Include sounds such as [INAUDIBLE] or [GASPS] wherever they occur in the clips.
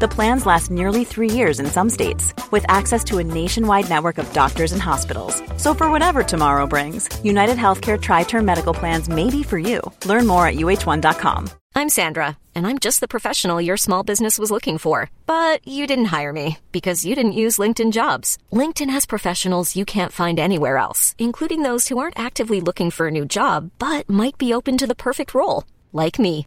The plans last nearly three years in some states, with access to a nationwide network of doctors and hospitals. So, for whatever tomorrow brings, United Healthcare Tri Term Medical Plans may be for you. Learn more at uh1.com. I'm Sandra, and I'm just the professional your small business was looking for. But you didn't hire me because you didn't use LinkedIn jobs. LinkedIn has professionals you can't find anywhere else, including those who aren't actively looking for a new job but might be open to the perfect role, like me.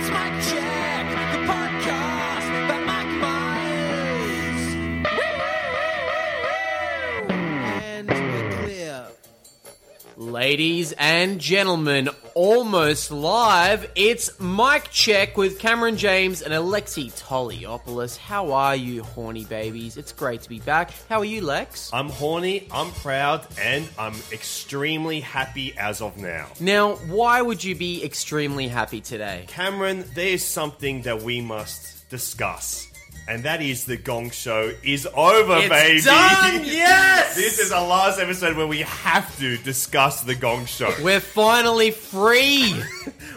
It's Mike Check. The podcast by Mike Myers. And we're clear. Ladies and gentlemen, almost live, it's Mike Check with Cameron James and Alexi Toliopoulos. How are you, horny babies? It's great to be back. How are you, Lex? I'm horny, I'm proud, and I'm extremely happy as of now. Now, why would you be extremely happy today? Cameron, there is something that we must discuss, and that is the Gong Show is over, It's baby. [LAUGHS] done, yes! this is our last episode where we have to discuss the Gong Show. We're finally free!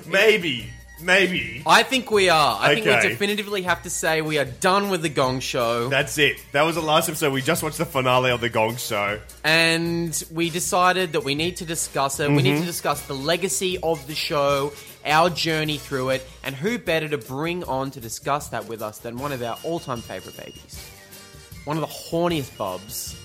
maybe, maybe. I think we are. I think we Okay. definitively have to say we are done with the Gong Show, That's it. That was the last episode. We just watched the finale of the Gong Show. and we decided that we need to discuss it. We need Mm-hmm. to discuss the legacy of the show, our journey through it, and who better to bring on to discuss that with us than one of our all-time favorite babies, one of the horniest bobs.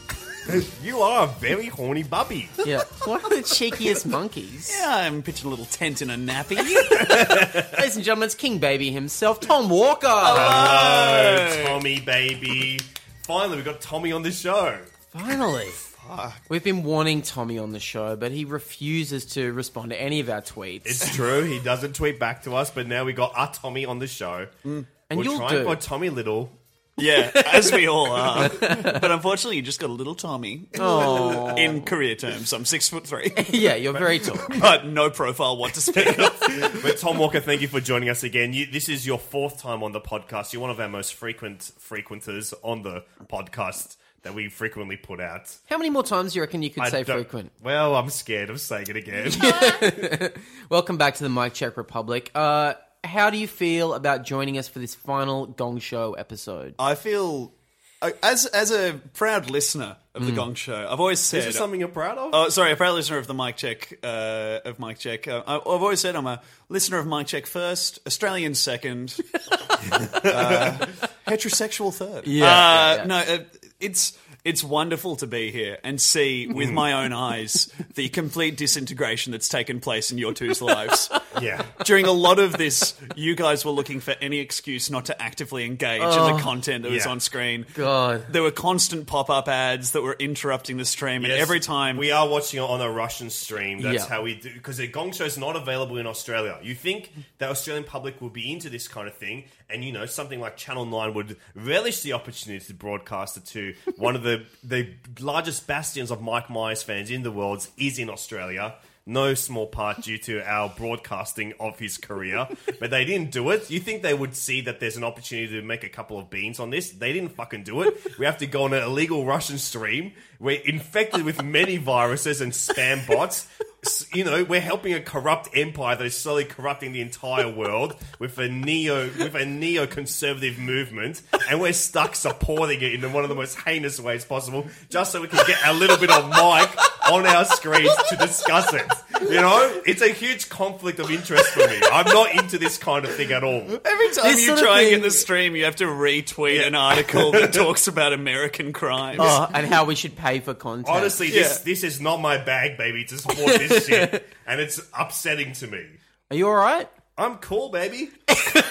You are a very horny [LAUGHS] bubby. [LAUGHS] Yeah, one of the cheekiest monkeys. I'm pitching a little tent in a nappy. [LAUGHS] Ladies and gentlemen, it's King Baby himself, Tom Walker. Hello, Tommy, baby. Finally, we got Tommy on the show. Finally. We've been wanting Tommy on the show, but he refuses to respond to any of our tweets. It's true. He doesn't tweet back to us, but now we got our Tommy on the show. and we're Mm. you'll [LAUGHS] trying do. for Tommy Little. yeah, as we all are. But unfortunately, you just got a little Tommy. In career terms, I'm six foot three, [LAUGHS] yeah, you're very tall. but no profile what to speak of. But Tom Walker, thank you for joining us again. You, this is your fourth time on the podcast. You're one of our most frequent frequenters on the podcast that we frequently put out. How many more times do you reckon you could say don't- frequent? Well, I'm scared of saying [LAUGHS] it again. Welcome back to the Mike Check Republic. Uh, how do you feel about joining us for this final Gong Show episode? I feel, I- as as a proud listener of the Gong Show, I've always said. Is this something you're proud of? Oh, sorry, a proud listener of the mic check. Uh, of mic check, uh, I, I've always said I'm a listener of mic check first, Australian second, uh, heterosexual third. Yeah, uh, no, uh, it's it's wonderful to be here and see with my own eyes the complete disintegration that's taken place in your two's lives. yeah. During a lot of this, you guys were looking for any excuse not to actively engage in the content that was Yeah. on screen. God. There were constant pop up ads that were interrupting the stream, and Yes, every time we are watching it on a Russian stream, that's Yeah. how we do because the Gong Show is not available in Australia. You think the Australian public will be into this kind of thing, and you know something like Channel Nine would relish the opportunity to broadcast it [LAUGHS] to one of the the largest bastions of Mike Myers fans in the world is in Australia. No small part due to our broadcasting of his career, but they didn't do it. You think they would see that there's an opportunity to make a couple of beans on this? They didn't fucking do it. We have to go on an illegal Russian stream. We're infected with many viruses and spam bots. S- You know, we're helping a corrupt empire that is slowly corrupting the entire world with a neo with a neo-conservative movement, and we're stuck supporting it in one of the most heinous ways possible, just so we can get a little bit of mic on our screens to discuss it. You know, it's a huge conflict of interest for me. I'm not into this kind of thing at all. Every time This you sort of try and thing- get the stream, you have to retweet an article that talks about American crimes. Oh, and how we should pay for content. Honestly, this this is not my bag, baby, to support this shit, and it's upsetting to me. Are you alright? I'm cool, [LAUGHS] baby.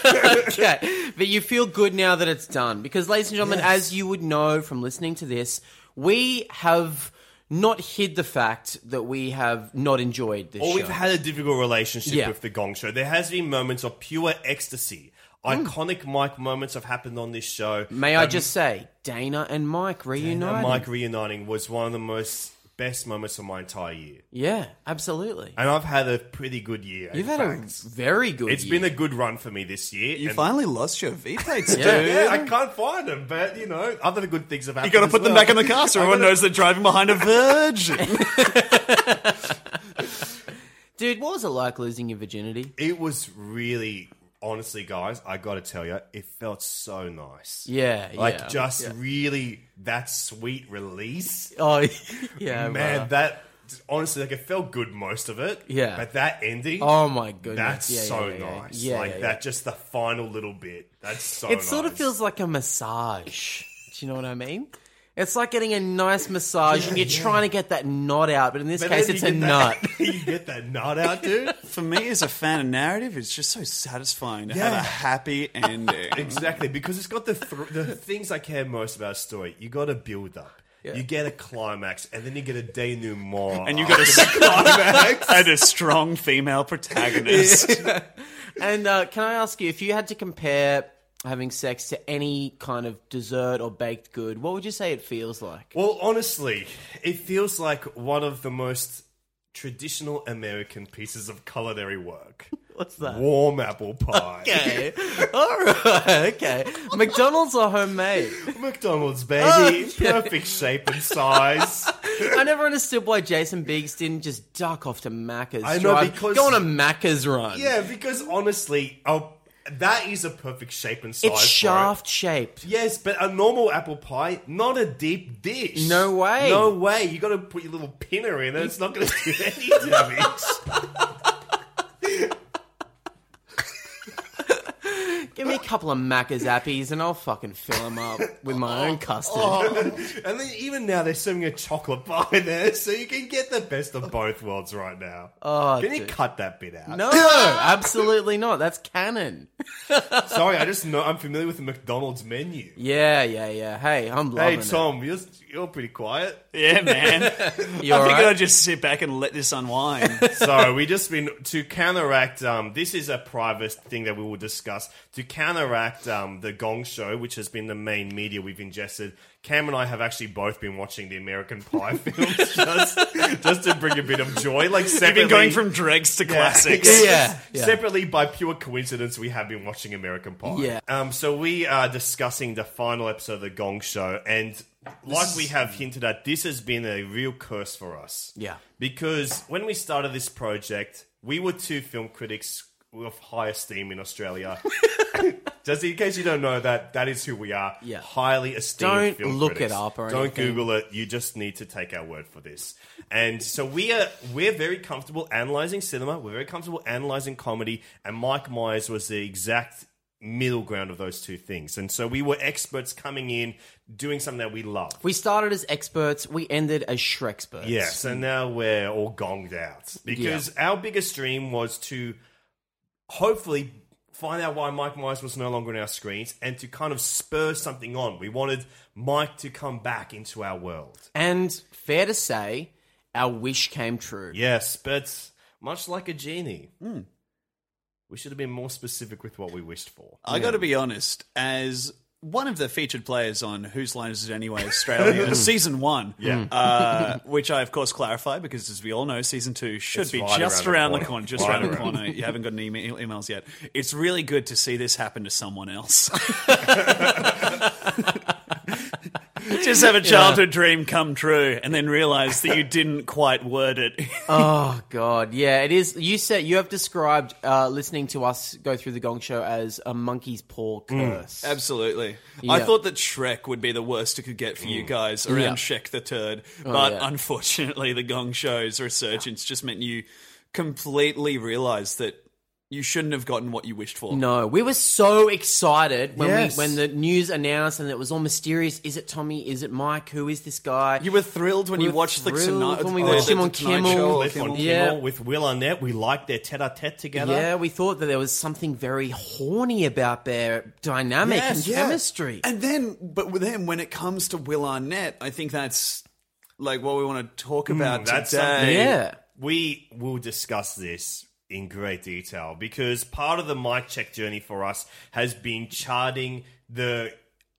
Okay. But you feel good now that it's done. Because, ladies and gentlemen, as you would know from listening to this, we have not hid the fact that we have not enjoyed this Or show. we've had a difficult relationship Yeah. with the Gong Show. There has been moments of pure ecstasy. Hmm. Iconic Mike moments have happened on this show. May I just say, Dana and Mike reunited. And Mike reuniting was one of the most best moments of my entire year. Yeah, absolutely. And I've had a pretty good year. You've had a very good. It's year. been a good run for me this year. You and- finally lost your V plates, dude. Yeah. Yeah, I can't find them, but you know, other good things have You happened. got to as put them well. back in the car so I everyone gotta- knows they're driving behind a [LAUGHS] virgin. dude. What was it like losing your virginity? It was really, honestly, guys, I got to tell you, it felt so nice. Yeah, like yeah, just yeah. really that sweet release. [LAUGHS] Oh, yeah, [LAUGHS] Man, bruh. that honestly, like it felt good most of it. Yeah. but that ending. Oh my goodness, That's Yeah, yeah, so yeah, yeah. nice. Yeah, like yeah, yeah. that, just the final little bit. That's so. it sort of nice. feels like a massage. Do you know what I mean? It's like getting a nice massage, and you're trying to get that knot out, but in this But case, then it's you a get nut. that- [LAUGHS] you get that nut out, dude. For me, as a fan of narrative, it's just so satisfying to have a Yeah. happy ending. Exactly, because it's got the th- the things I care most about a story. You got a build up, you get a climax, and then you get a denouement. [LAUGHS] And you got a climax [LAUGHS] and a strong female protagonist. And uh, can I ask you, if you had to compare having sex to any kind of dessert or baked good, what would you say it feels like? Well, honestly, it feels like one of the most traditional American pieces of culinary work. [LAUGHS] What's that? Warm [LAUGHS] apple pie. Okay. All right. Okay. McDonald's are homemade. [LAUGHS] McDonald's, Oh, baby. Perfect shape [LAUGHS] and size. I never understood why Jason Biggs didn't just duck off to Macca's. I know, drive- because- go on a Macca's run. Yeah, because honestly, oh, that is a perfect shape and size. It's for it. shaft shaped. Yes, but a normal apple pie, not a deep dish. No way. No way. You got to put your little pinner in, and it's not going to do [LAUGHS] any damage. Give me a couple of Macca's appies and I'll fucking fill them up with my own custard. Oh. and then even now they're serving a chocolate bar in there, so you can get the best of both worlds right now. Oh, can you cut that bit out? No, absolutely not. That's canon. Sorry, I just know I'm familiar with the McDonald's menu. Yeah, yeah, yeah. Hey, I'm loving Hey Tom, you're you're pretty quiet. [LAUGHS] yeah, man. it. You I all figured right? I'd just sit back and let this unwind. Sorry, we just been to counteract. Um, this is a private thing that we will discuss to counteract um, the Gong Show, which has been the main media we've ingested. Cam and I have actually both been watching the American Pie [LAUGHS] films just, just to bring a bit of joy. Like You've separately, been going from dregs to classics. Yeah, yeah. Separately, by pure coincidence, we have been watching American Pie. Yeah. Um, so we are discussing the final episode of the Gong Show, and like we have hinted at, this has been a real curse for us. Yeah. Because when we started this project, we were two film critics of high esteem [LAUGHS] in Australia. Just in case you don't know that, that is who we are. Yeah. Highly esteemed. Don't film look it critics. up or Don't anything. Google it. You just need to take our word for this. And so we are we're very comfortable analyzing cinema. We're very comfortable analyzing comedy. And Mike Myers was the exact middle ground of those two things. And so we were experts coming in doing something that we love. We started as experts, we ended as Shrexperts. Yeah, so now we're all gonged out because our biggest dream was to hopefully find out why Mike Myers was no longer on our screens and to kind of spur something on. We wanted Mike to come back into our world. And fair to say, our wish came true. Yes, but much like a genie, Hmm. we should have been more specific with what we wished for. I got to be honest, as one of the featured players on Whose Line Is It [LAUGHS] Anyway Australia, season one, Yeah. uh, which I of course clarify because as we all know, season two should It's be right just around around the the corner, corner. just Right around the around. corner. You haven't got any email- emails yet. It's really good to see this happen to [LAUGHS] someone else. just have a childhood dream come true and then realize that you didn't quite word it. Oh God, yeah, it is. You said you have described uh, listening to us go through the Gong Show as a monkey's paw Mm. curse. Absolutely. I Yeah. Mm. thought that Shrek would be the worst it could get for you guys around Yeah. Oh, Shrek the Turd, but yeah. unfortunately, the Gong Show's resurgence just meant you completely realized that you shouldn't have gotten what you wished for. No, we were so excited when Yes. we when the news announced and it was all mysterious. Is it Tommy? Is it Mike? Who is this guy? You were thrilled when We you were watched the thrilled Tonight when we oh, watched the him on Tonight Kimmel. Show, Cliff on Yeah. Kimmel with Will Arnett, we liked their tete-a-tete together. yeah, we thought that there was something very horny about their dynamic Yes, and yeah. chemistry. And then, but then when it comes to Will Arnett, I think that's like what we want to talk about Mm, That's something. today. Yeah. We will discuss this in great detail because part of the mic check journey for us has been charting the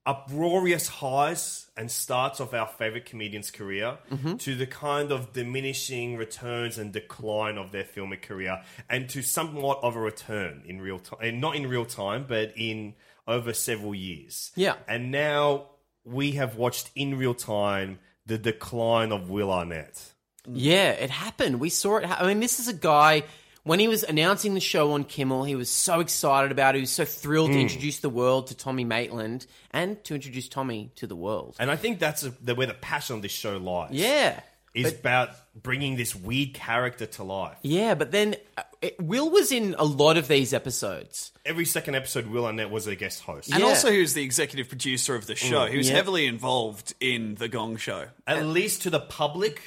uproarious highs and starts of our favorite comedian's career to the kind of diminishing returns and decline of their filmic career and to somewhat of a return in real time not in real time but in over several years Yeah. and now we have watched in real time the decline of will arnett Yeah, it happened. We saw it. Ha- I mean, this is a guy. When he was announcing the show on Kimmel, he was so excited about it. He was so thrilled Hmm. to introduce the world to Tommy Maitland and to introduce Tommy to the world. And I think that's a, the, where the passion of this show lies. yeah. Is about bringing this weird character to life. Yeah, but then uh, it, Will was in a lot of these episodes. Every second episode, Will Arnett was a guest host. And Yeah. Mm, also, he was the executive producer of the show. he was heavily involved in the Gong Show. At least to the public,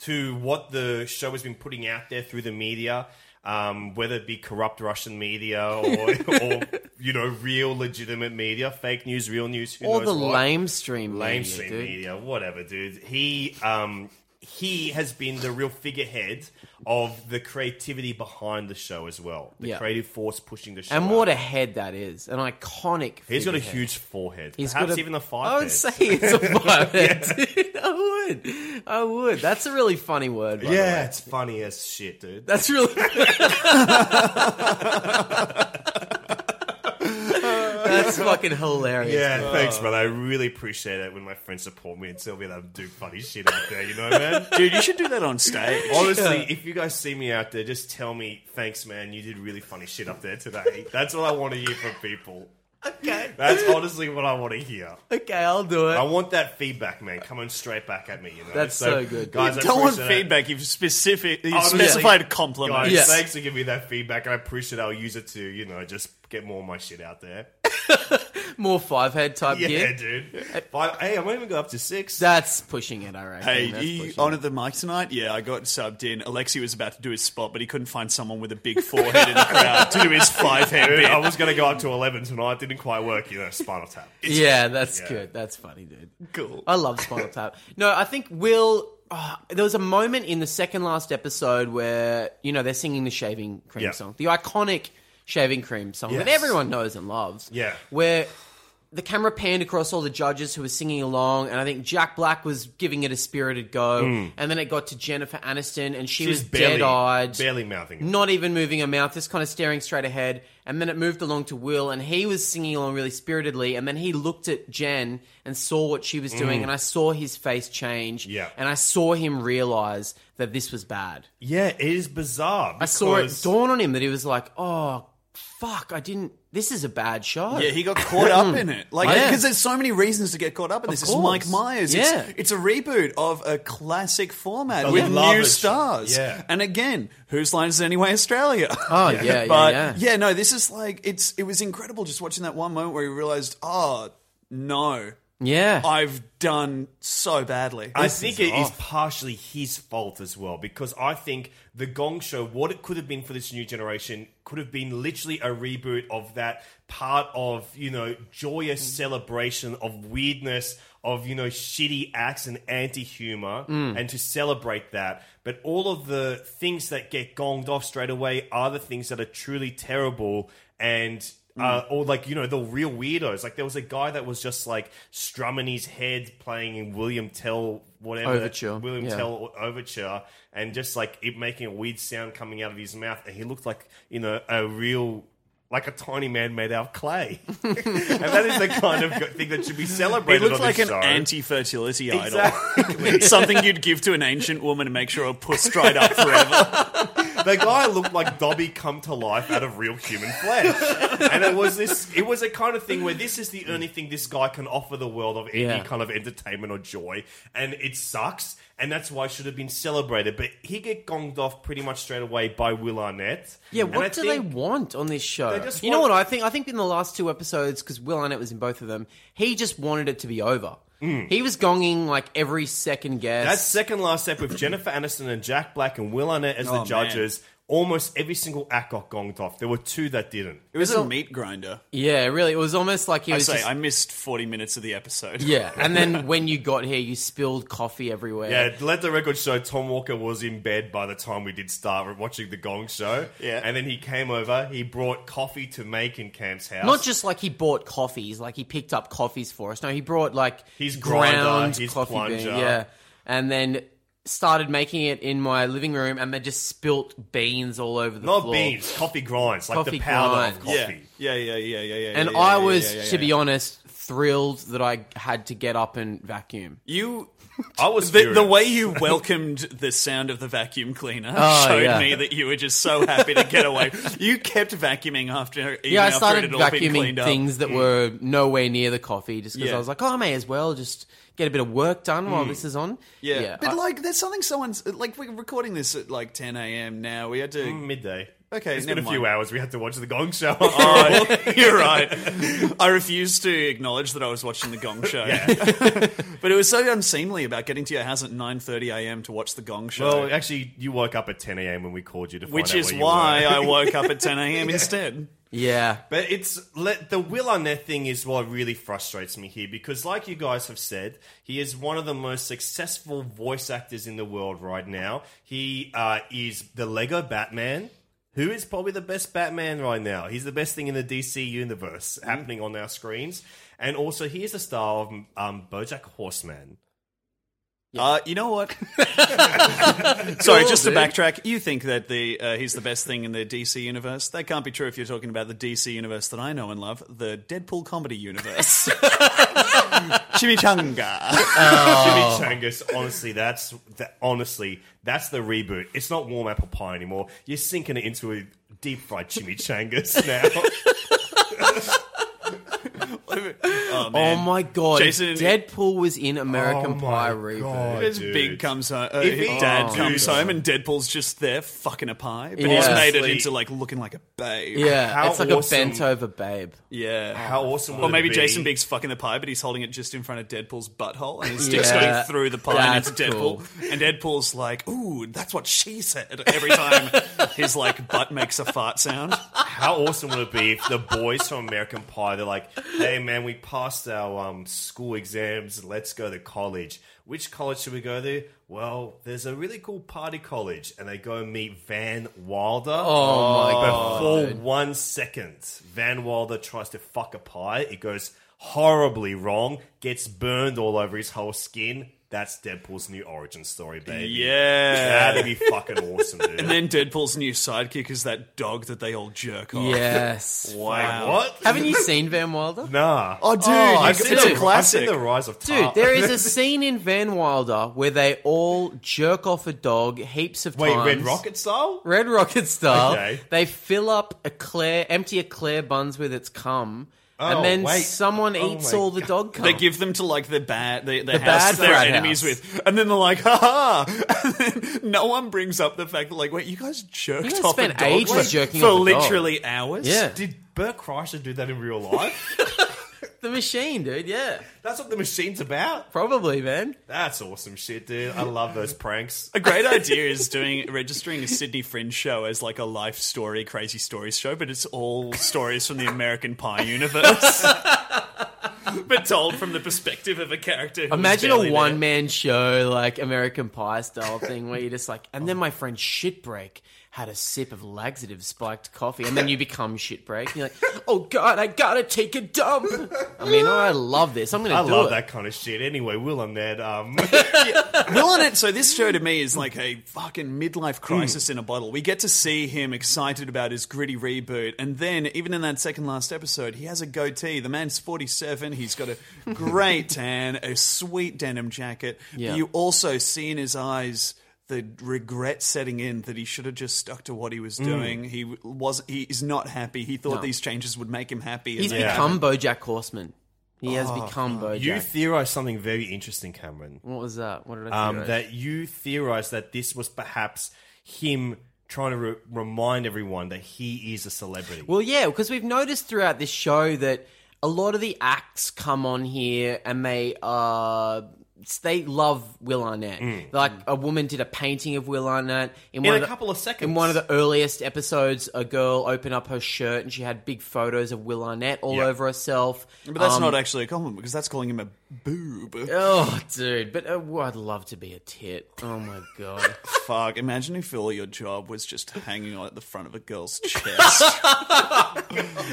to what the show has been putting out there through the media, um, whether it be corrupt Russian [LAUGHS] media or, or, you know, real legitimate media, fake news, real news, who Or knows the what. lamestream. mainstream media, media, dude. whatever, dude. He um he has been the real figurehead of the creativity behind the show as well. The Yeah. creative force pushing the show. And what out. a head that is. An iconic. He's got a figurehead. huge forehead. He's Perhaps got a, Oh, even a I five. would say [LAUGHS] it's a five head. [LAUGHS] dude. I would. I would. That's a really funny word. By the way. Yeah, it's funny as shit, dude. That's really. [LAUGHS] That's fucking hilarious. yeah, thanks, brother. I really appreciate it when my friends support me and tell me that I'm doing funny shit out there, you know, [LAUGHS] man? Dude, you should do that on stage. Honestly, if you guys see me out there, just tell me, thanks, man. You did really funny shit up there today. That's what I want to hear from people. Okay. That's honestly what I want to hear. Okay, I'll do I it. want that feedback, man, coming straight back at me. You know, That's so good. guys. I Don't want appreciate it. feedback. You've specific, you've Honestly, specified Guys, compliments. Yes. thanks for giving me that feedback, and I appreciate. it. I'll use it to, you know, just get more of my shit out there. More five head type Yeah, gear. dude. Uh, Five, hey, I'm even go up to six. That's pushing it, I reckon. Hey, That's you pushing it. honoured the mic tonight? Yeah, I got subbed in. Alexi was about to do his spot, but he couldn't find someone with a big forehead in the crowd to do his five [LAUGHS] head Dude, bit. I was gonna go up to eleven tonight. Didn't quite work. You know, Spinal Tap. Yeah, that's good. That's funny, dude. Cool. I love Spinal Tap. No, I think Will. ah, there was a moment in the second last episode where you know they're singing the shaving cream Yeah. song, the iconic shaving cream song that Yes. everyone knows and loves. Yeah. where the camera panned across all the judges who were singing along, and I think Jack Black was giving it a spirited go, and then it got to Jennifer Aniston, and she was Mm. barely, dead eyed, barely mouthing. it. not even moving her mouth, just kind of staring straight ahead. And then it moved along to Will, and he was singing along really spiritedly. And then he looked at Jen and saw what she was doing, and I saw his face change. Mm. Yeah. And I saw him realize that this was bad. Yeah, it is bizarre. I saw it because- dawn on him that he was like, oh, fuck, I didn't. This is a bad show. Yeah, he got caught up in it. Like, Yeah. because there's so many reasons to get caught up in this. It's course. Mike Myers. Yeah. It's, it's a reboot of a classic format But with we love new it. stars. Yeah. And again, whose lines anyway? Australia. [LAUGHS] Oh, yeah, yeah, but yeah. no, this is like it's. It was incredible just watching that one moment where you realized, oh no, Yeah. I've done so badly. I This think is it is off. partially his fault as well because I think the Gong Show, what it could have been for this new generation, could have been literally a reboot of that part of you know joyous Mm. celebration of weirdness of you know shitty acts and anti-humor Mm. and to celebrate that but all of the things that get gonged off straight away are the things that are truly terrible and uh, or like you know the real weirdos. Like there was a guy that was just like strumming his head, playing in William Tell whatever Overture, William yeah. Tell overture, and just like it making a weird sound coming out of his mouth, and he looked like you know a real. Like a tiny man made out of clay, [LAUGHS] and that is the kind of thing that should be it celebrated. looked on like this an show. anti-fertility Exactly. idol, [LAUGHS] something you'd give to an ancient woman to make sure her puss [LAUGHS] dried up forever. the guy looked like Dobby come to life out of real human flesh. And it was this it was a kind of thing where this is the only thing this guy can offer the world of any Yeah. kind of entertainment or joy. And it sucks. And that's why it should have been celebrated. But he get gonged off pretty much straight away by Will Arnett. Yeah, And I what do they think- want on this show? They just you know want- what I think? I think in the last two episodes, because Will Arnett was in both of them, he just wanted it to be over. Mm. He was gonging like every second guess. That second last step with Jennifer Aniston and Jack Black and Will Arnett as Oh, the man. judges. almost every single act got gonged off. There were two that didn't. It was a meat grinder. Yeah, really. It was almost like he I was say just. I missed forty minutes of the episode. [LAUGHS] yeah, and then when you got here, you spilled coffee everywhere. Yeah, let the record show Tom Walker was in bed by the time we did start watching the Gong Show. Yeah. And then he came over, he brought coffee to make in Camp's house. Not just like he bought coffees, like he picked up coffees for us. No, he brought like His grinder, ground his coffee bean, plunger. yeah, and then started making it in my living room, and they just spilt beans all over the Not floor. beans, coffee grinds, like Coffee the powder of grinds. yeah, coffee. yeah, yeah, yeah, yeah. yeah And yeah, I yeah, was, yeah, yeah, to be yeah. honest, thrilled that I had to get up and vacuum. you. I was The, the furious. way you welcomed the sound of the vacuum cleaner Oh, showed yeah. me that you were just so happy to get away. You kept vacuuming after even Yeah, I after started it had all been cleaned vacuuming up. Mm. things that were nowhere near the coffee, just because Yeah. Mm. I was like, oh, I may as well just get a bit of work done while this is on. Uh, Yeah. but I- like, there's something someone's like. We're recording this at like 10 a.m. now. We had to. midday. Okay, it's never been a few mind. hours. We had to watch the Gong Show. [LAUGHS] All right. [LAUGHS] You're right. I refused to acknowledge that I was watching the [LAUGHS] Gong Show. but it was so unseemly about getting to your house at 9:30 a.m. to watch the Gong Show. well, actually, you woke up at 10 a.m. when we called you to find which out is where you why uh, were. [LAUGHS] I woke up at 10 a.m. instead. yeah, But it's let the Will Arnett thing is what really frustrates me here because, like you guys have said, he is one of the most successful voice actors in the world right now. He uh, is the Lego Batman, who is probably the best Batman right now. He's the best thing in the DC universe happening on our screens, and also he is the star of um, BoJack Horseman. Uh, you know [LAUGHS] what? Sorry, Cool, just to eh? dude. backtrack. You think that the uh, he's the best thing in the DC universe? That can't be true if you're talking about the DC universe that I know and love, the Deadpool [LAUGHS] comedy universe. Chimichanga. Oh. Jimmy Changas, honestly, that's that, honestly that's the reboot. It's not warm apple pie anymore. You're sinking it into a deep fried chimichangas [LAUGHS] now. oh Oh man, my god! Jason- Deadpool was in American Oh my Pie reboot. God, his dude. big comes home. Uh, If his he- dad Oh, comes dude. home and Deadpool's just there fucking a pie, but he's Yeah. made it Honestly. into like looking like a babe. Yeah, How it's like awesome. a bent over [LAUGHS] babe. yeah. How awesome would Or maybe it be? Jason Biggs fucking the pie, but he's holding it just in front of Deadpool's butthole, and his stick's Yeah. going through the pie and That's into Deadpool. cool. And Deadpool's like, "Ooh, that's what she said." Every time his like butt makes a fart sound. How awesome would it be if the boys from American Pie they're like, "Hey man, we passed our um, school exams. Let's go to college. Which college should we go to?" Well, there's a really cool party college, and they go meet Van Wilder. Oh my Before one second, Van Wilder tries to fuck a pie. It goes horribly wrong. Gets burned all over his whole skin. That's Deadpool's new origin story, baby. Yeah. That'd be fucking awesome, dude. [LAUGHS] And then Deadpool's new sidekick is that dog that they all jerk off. [LAUGHS] Yes. like, what? Haven't you seen Van Wilder? Nah. Oh, dude, I've you- seen it's the- a classic. I've seen the rise of Dude, Uh. Tar. there is [LAUGHS] a scene in Van Wilder where they all jerk off a dog heaps of [LAUGHS] Wait, times. Red Rocket style? Red Rocket style. Okay. They fill up eclair, empty eclair buns with its cum, Oh, and then wait. someone Oh eats my all the dog cum. They give them to like the bad, the, the, house bad that they're frat enemies house. with, and then they're like, "Ha ha!" [LAUGHS] And then no one brings up the fact that, like, wait, you guys jerked You guys off spent a dog ages like, jerking for off a dog. literally hours. Yeah. Did Bert Kreischer do that in real life? the machine, dude. Yeah, That's what the machine's about. probably, man. That's awesome shit, dude. I love those pranks. A [LAUGHS] great idea is doing registering a Sydney Fringe show as like a life story, crazy stories show, but it's all stories from the American Pie universe, [LAUGHS] but told from the perspective of a character. who was Imagine barely a there. one man show like American Pie style thing where you're just like, and Oh. then my friend Shitbreak had a sip of laxative spiked coffee, and then you become Shitbreak. And you're like, oh god, I gotta take a dump. I mean, I love this. I'm gonna I do love it. that kind of shit. Anyway, Will and Ned, um, Will Arnett, so this show to me is like a fucking midlife crisis in a bottle. We get to see him excited about his gritty reboot, and then even in that second last episode, he has a goatee. The man's 47, he's got a great tan, a sweet denim jacket. Yeah. You also see in his eyes the regret setting in that he should have just stuck to what he Mm. was doing. He was he is not happy. He thought these changes would make him happy. and He's they Yeah. Oh, become BoJack Horseman. He has become BoJack. you theorized something very interesting, Cameron. what was that? What did I Um, think? that you theorized that this was perhaps him trying to re- remind everyone that he is a celebrity. Well, yeah, because we've noticed throughout this show that a lot of the acts come on here and they are uh, they love Will Arnett. Like a woman did a painting of Will Arnett in, Mm. In one a the- couple of seconds. In one of the earliest episodes, a girl opened up her shirt and she had big photos of Will Arnett all Yeah. over herself. But that's Um, not actually a compliment because that's calling him a boob. Oh, dude! But uh, well, I'd love to be a tit. Oh my god! [LAUGHS] Fuck! Imagine if all your job was just hanging out at the front of a girl's chest. [LAUGHS]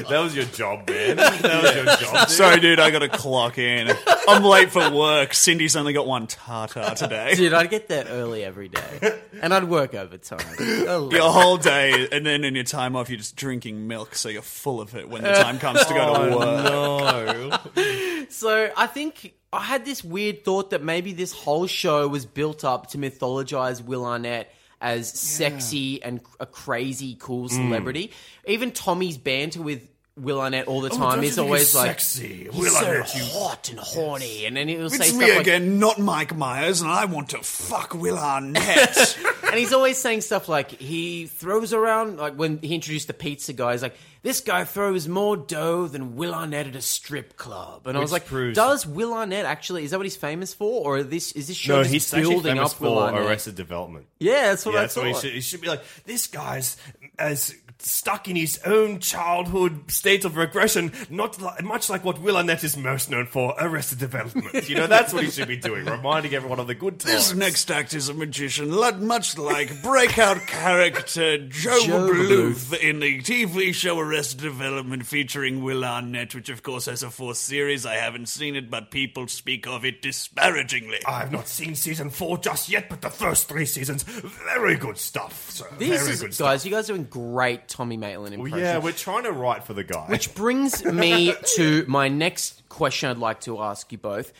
That was your job, man. That was your job. dude. Sorry, dude, I got to clock in. I'm late for work. Cindy's only got one tartar today. Dude, I'd get that early every day, and I'd work [LAUGHS] overtime. Oh, Your whole day, and then in your time off, you're just drinking milk, so you're full of it when the time comes to go Oh, to work. So I think I had this weird thought that maybe this whole show was built up to mythologize Will Arnett as sexy and a crazy cool Mm. celebrity. Even Tommy's banter with Will Arnett all the time Oh, don't you is think always he's like sexy? He's Will so Arnett, you- hot and horny, and then he'll say It's stuff me like, again, not Mike Myers, and I want to fuck [LAUGHS] Will Arnett. and he's always saying stuff like he throws around like when he introduced the pizza guy he's like this guy throws more dough than will arnett at a strip club and i was Which like proves- does will arnett actually is that what he's famous for or this is this show No, just he's actually building famous up will for arnett Arrested Development. yeah that's what Yeah, i that's what he thought should, he should be like. This guy's as stuck in his own childhood state of regression, not li- much like what Will Arnett is most known for, Arrested Development. You know, that's what he should be doing, reminding everyone of the good times. this next act is a magician, lo- [LAUGHS] much like breakout character Joe, Joe Bluth in the TV show Arrested Development featuring Will Arnett, which of course has a fourth series. I haven't seen it, but people speak of it disparagingly. I've not seen season four just yet, but the first three seasons, very good stuff. sir. this very is good guys stuff. you guys are doing great tommy maitland Well, impressions yeah, we're trying to write for the guy. Which brings me to my next question I'd like to ask you both.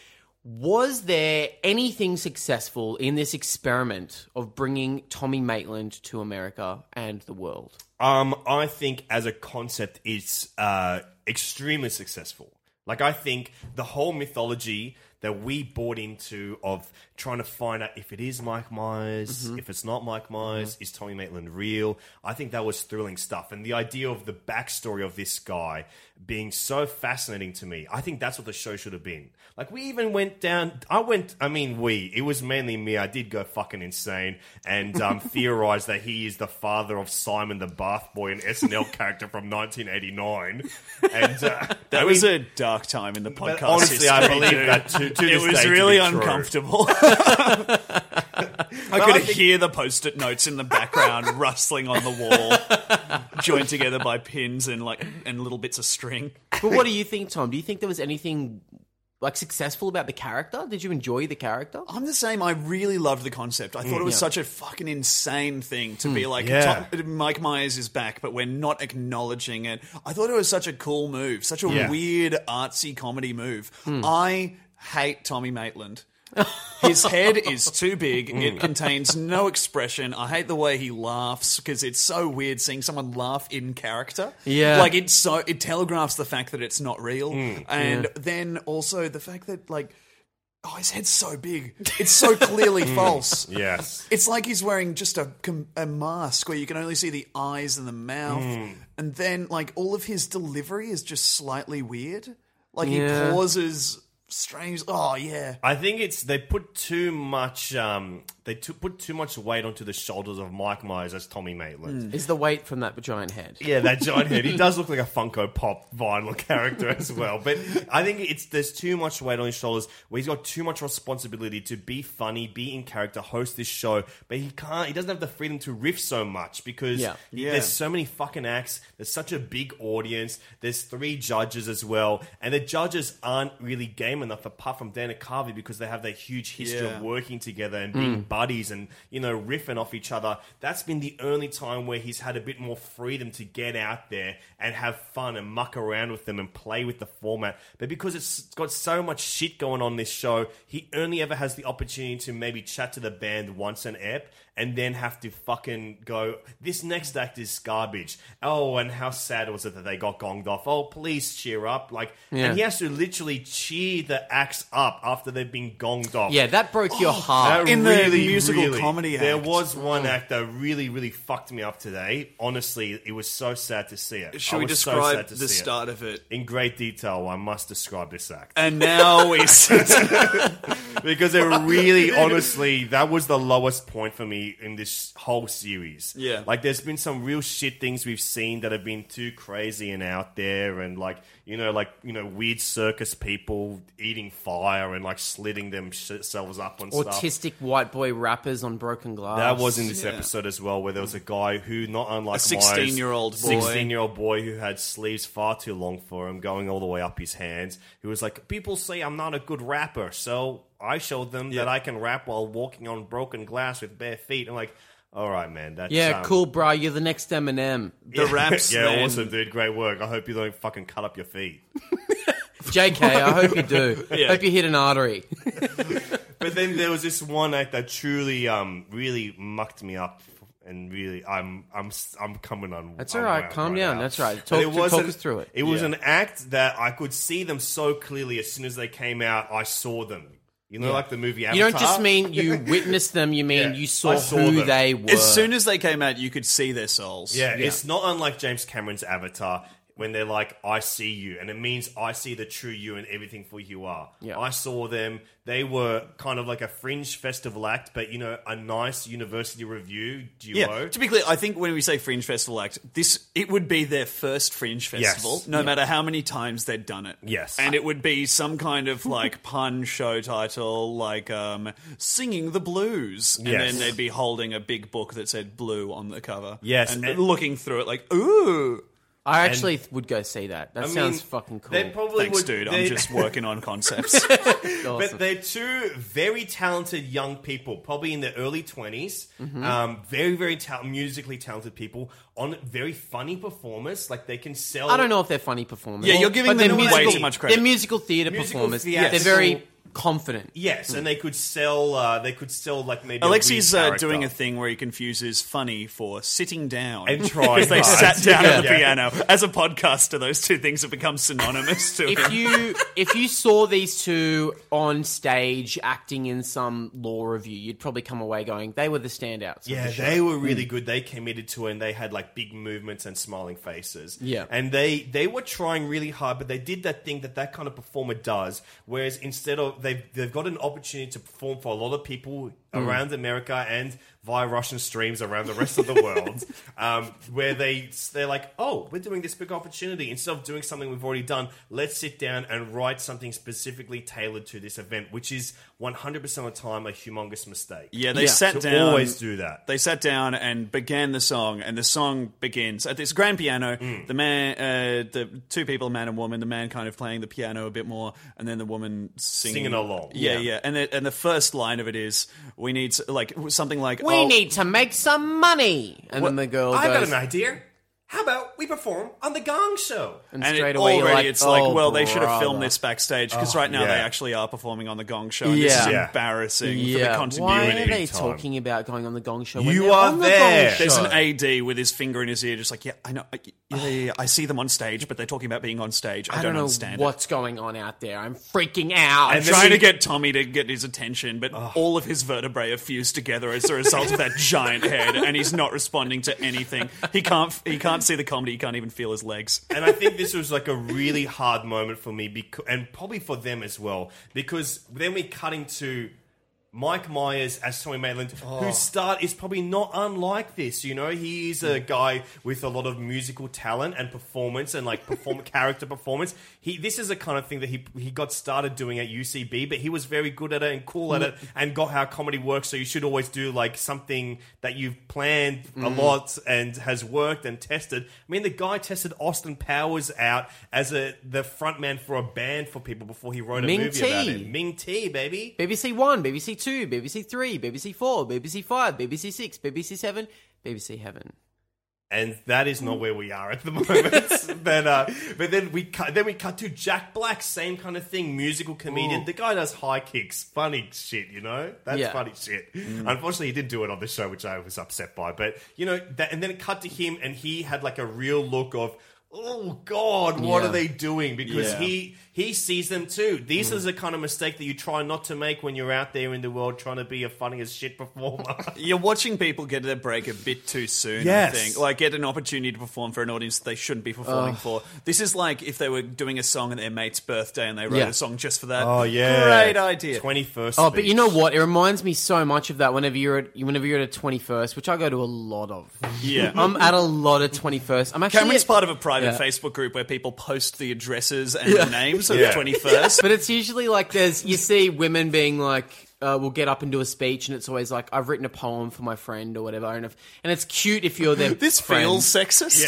Was there anything successful in this experiment of bringing Tommy Maitland to America and the world? Um, I think as a concept, it's uh, extremely successful. Like, I think the whole mythology that we bought into of trying to find out if it is Mike Myers, if it's not Mike Myers, is Tommy Maitland real? I think that was thrilling stuff. And the idea of the backstory of this guy being so fascinating to me, I think that's what the show should have been. Like, we even went down, I went, I mean, we, it was mainly me. I did go fucking insane and [LAUGHS] um, theorized that he is the father of Simon the Bath Boy, an [LAUGHS] SNL character from 1989. And uh, That I was mean, a dark time in the podcast. but honestly, I history, believe dude. that to, to it this day was to be really true. [LAUGHS] uncomfortable. I could I think- hear the post-it notes in the background rustling on the [LAUGHS] wall, joined together by pins and like and little bits of string. But what do you think, Tom? Do you think there was anything like successful about the character? Did you enjoy the character? I'm the same. I really loved the concept. I thought it was Yeah. such a fucking insane thing to be like, yeah. Tom, Mike Myers is back, but we're not acknowledging it. I thought it was such a cool move, such a Yeah. weird artsy comedy move. I hate Tommy Maitland. His head is too big. It contains no expression. I hate the way he laughs because it's so weird seeing someone laugh in character. Yeah. Like it's so it telegraphs the fact that it's not real. And then also the fact that like oh his head's so big. It's so [LAUGHS] clearly Mm. false. Yes. It's like he's wearing just a, com- a mask where you can only see the eyes and the mouth. Mm. And then, like, all of his delivery is just slightly weird. Like, Yeah. he pauses strange. Oh, yeah. I think it's they put too much um they to put too much weight onto the shoulders of Mike Myers as Tommy Hmm. Maitland. Is the weight from that giant head? Yeah, that giant head. He does look like a Funko Pop vinyl character as well. But I think it's there's too much weight on his shoulders where he's got too much responsibility to be funny, be in character, host this show, but he can't he doesn't have the freedom to riff so much because Yeah. Yeah. there's so many fucking acts. There's such a big audience. There's three judges as well, and the judges aren't really game enough apart from Dana Carvey because they have that huge history Yeah. of working together and Mm. being buddies and you know riffing off each other. That's been the only time where he's had a bit more freedom to get out there and have fun and muck around with them and play with the format. But because it's got so much shit going on this show, he only ever has the opportunity to maybe chat to the band once an ep and then have to fucking go, this next act is garbage. Oh, and how sad was it that they got gonged off? Oh, please cheer up. Like, Yeah. and he has to literally cheer their acts up after they've been gonged off. Yeah, Oh, that broke your heart. That In the musical comedy There act. was one act that really, really fucked me up today. Honestly, it was so sad to see it. Should I we was so describe sad to the see it. start of it? [LAUGHS] In great detail, I must describe this act. [LAUGHS] And now we sit. because it [LAUGHS] really, honestly, that was the lowest point for me in this whole series. Yeah. Like, there's been some real shit things we've seen that have been too crazy and out there, and like, you know, like, you know, weird circus people eating fire and like slitting themselves up on stuff. Autistic white boy rappers on broken glass. That was in this episode as well, where there was a guy who, not unlike A 16-year-old boy. sixteen-year-old boy who had sleeves far too long for him, going all the way up his hands. Who was like, "People say I'm not a good rapper, so I showed them that I can rap while walking on broken glass with bare feet." I'm like, "All right, man, that's Yeah, um, cool, bro. You're the next Eminem. The raps. yeah, man. awesome, dude, great work. I hope you don't fucking cut up your feet." JK, I hope you [LAUGHS] do. Hope you hit an artery. But then there was this one act that truly, um, really mucked me up, and really, I'm, I'm, s- I'm coming on. That's I'm all right. wound Calm down. now. That's right. But Talk it to- was talk an- us through [LAUGHS] it. It was an act that I could see them so clearly as soon as they came out. I saw them. You know, like the movie Avatar. You don't just mean [LAUGHS] you witnessed them. You mean Yeah, you saw, I saw who them. they were. As soon as they came out, you could see their souls. Yeah, it's not unlike James Cameron's Avatar when they're like, "I see you," and it means I see the true you and everything for you are. Yeah. I saw them. They were kind of like a fringe festival act, but you know, a nice university review duo. Yeah. To be clear, I think when we say Fringe Festival Act, this it would be their first Fringe Festival, no matter how many times they'd done it. Yes. And it would be some kind of like [LAUGHS] pun show title, like um, Singing the Blues. And Yes. then they'd be holding a big book that said blue on the cover. Yes, And, and- looking through it like, ooh. I actually th- would go see that. That I sounds mean, fucking cool. They probably Thanks, would, dude. they- [LAUGHS] I'm just working on concepts. But they're two very talented young people, probably in their early 20s. Mm-hmm. Um, very, very ta- musically talented people on very funny performers. Like they can sell. I don't know if they're funny performers. Yeah, you're giving But they're them way musical- too much credit. They're musical theatre Musical performers. theatrical- They're very confident. Yes, and they could sell. Uh, they could sell like maybe. a Alexi's weird uh, character. doing a thing where he confuses funny for sitting down And trying [LAUGHS] they hard. sat down at the Yeah. piano. As a podcaster, those two things have become [LAUGHS] synonymous to If him. you if you saw these two on stage acting in some law review, you'd probably come away going, they were the standouts. of Yeah, the show." Mm. they were really good. They committed to it and they had like big movements and smiling faces. Yeah. And they they were trying really hard, but they did that thing that that kind of performer does, whereas instead of they've they've got an opportunity to perform for a lot of people Mm. around America and via Russian streams around the rest of the [LAUGHS] world, um, where they they're like, oh, we're doing this big opportunity. Instead of doing something we've already done, let's sit down and write something specifically tailored to this event, which is 100% of the time a humongous mistake. yeah, they Yeah. sat So down. always do that. They sat down and began the song, and the song begins at this grand piano. The man, uh, the two people, man and woman. The man kind of playing the piano a bit more, and then the woman singing, Singing along. Yeah, Yeah. yeah. And the, and the first line of it is, "We need s- like something like We oh, need to make some money. And then the girl I've got goes, an idea. How about we perform on the Gong Show? and And straight it, away, you're already like, it's like, "Oh, well, they should have filmed brother." this backstage because right now yeah. they actually are performing on the Gong Show. And This is Yeah. embarrassing for the Yeah, continuity. why are they time. talking about going on the Gong Show? When You they're are on there. The gong There's show? an AD with his finger in his ear, just like, yeah, I know, I- yeah, yeah, yeah, I see them on stage, but they're talking about being on stage. I, I don't, don't know understand. it. what's going on out there. I'm freaking out. I'm trying to get Tommy to get his attention, but all of his vertebrae are fused together as a result of that giant head, and he's not responding to anything. He can't. He can't see the comedy. He can't even feel his legs. and I think this was like a really hard moment for me, because, and probably for them as well, because then we cut into Mike Myers as Tommy Maitland, Oh. whose start is probably not unlike this. You know, he is a guy with a lot of musical talent and performance and like [LAUGHS] perform character performance. He this is the kind of thing that he he got started doing at UCB, but he was very good at it and cool at it Mm. and got how comedy works. So you should always do like something that you've planned a Mm. lot and has worked and tested. I mean, the guy tested Austin Powers out as a the frontman for a band for people before he wrote a Ming movie about T. it. Ming T, baby. BBC One, BBC Two, BBC Three, BBC Four, BBC Five, BBC Six, BBC Seven, BBC Heaven. and that is not where we are at the [LAUGHS] moment. but uh, but then we cut, then we cut to Jack Black, same kind of thing, musical comedian. The guy does high kicks, funny shit, you know. That's Yeah. funny shit. Unfortunately, he didn't do it on the show, which I was upset by. But you know, that, and then it cut to him, and he had like a real look of. Oh God! What Yeah. are they doing? Because Yeah. he he He sees them too. These is the kind of mistake that you try not to make when you're out there in the world trying to be a funny as shit performer. You're watching people get their break a bit too soon, Yes. I think. Like, get an opportunity to perform for an audience that they shouldn't be performing for. This is like if they were doing a song at their mate's birthday and they wrote Yeah. a song just for that. Great Great idea. Twenty first. Oh, but you know what? It reminds me so much of that whenever you're at whenever you're at a twenty first, which I go to a lot of. Yeah. Um, I'm at a lot of twenty first. I'm actually Cameron's at- part of a private Yeah. Facebook group where people post the addresses and the names of Yeah. the 21st. But it's usually like there's you see women being like uh, will get up and do a speech, and it's always like I've written a poem for my friend or whatever, and if, and it's cute if you're their [LAUGHS] This friend. feels sexist.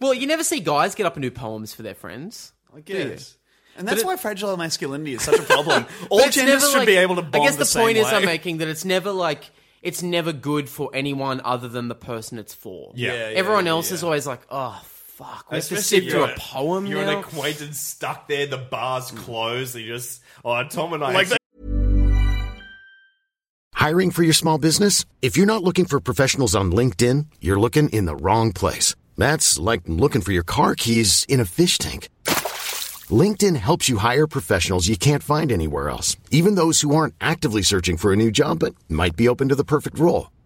well. You never see guys get up and do poems for their friends. I guess. And that's why fragile masculinity is such a problem. [LAUGHS] But All it's genders never, should like- be able to bond I guess the, the, point same is [LAUGHS] way. I'm making that it's never like it's never good for anyone other than the person it's for. Yeah. Yeah, yeah, Everyone else is always like, oh fuck, we have to Especially sit if through you're a poem You're now. an acquaintance stuck there. The bar's closed. You just oh, Tom and I Like actually- Hiring for your small business? If you're not looking for professionals on LinkedIn, you're looking in the wrong place. That's like looking for your car keys in a fish tank. LinkedIn helps you hire professionals you can't find anywhere else, even those who aren't actively searching for a new job but might be open to the perfect role.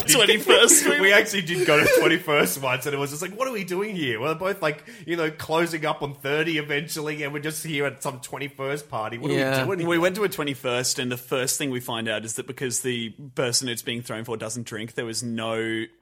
[LAUGHS] 21st. we actually did go [LAUGHS] to twenty first once, and it was just like, what are we doing here? We're both like, you know, closing up on thirty eventually, and we're just here at some twenty first party. What Yeah. are we doing? We went to a 21st, and the first thing we find out is that because the person it's being thrown for doesn't drink, there was no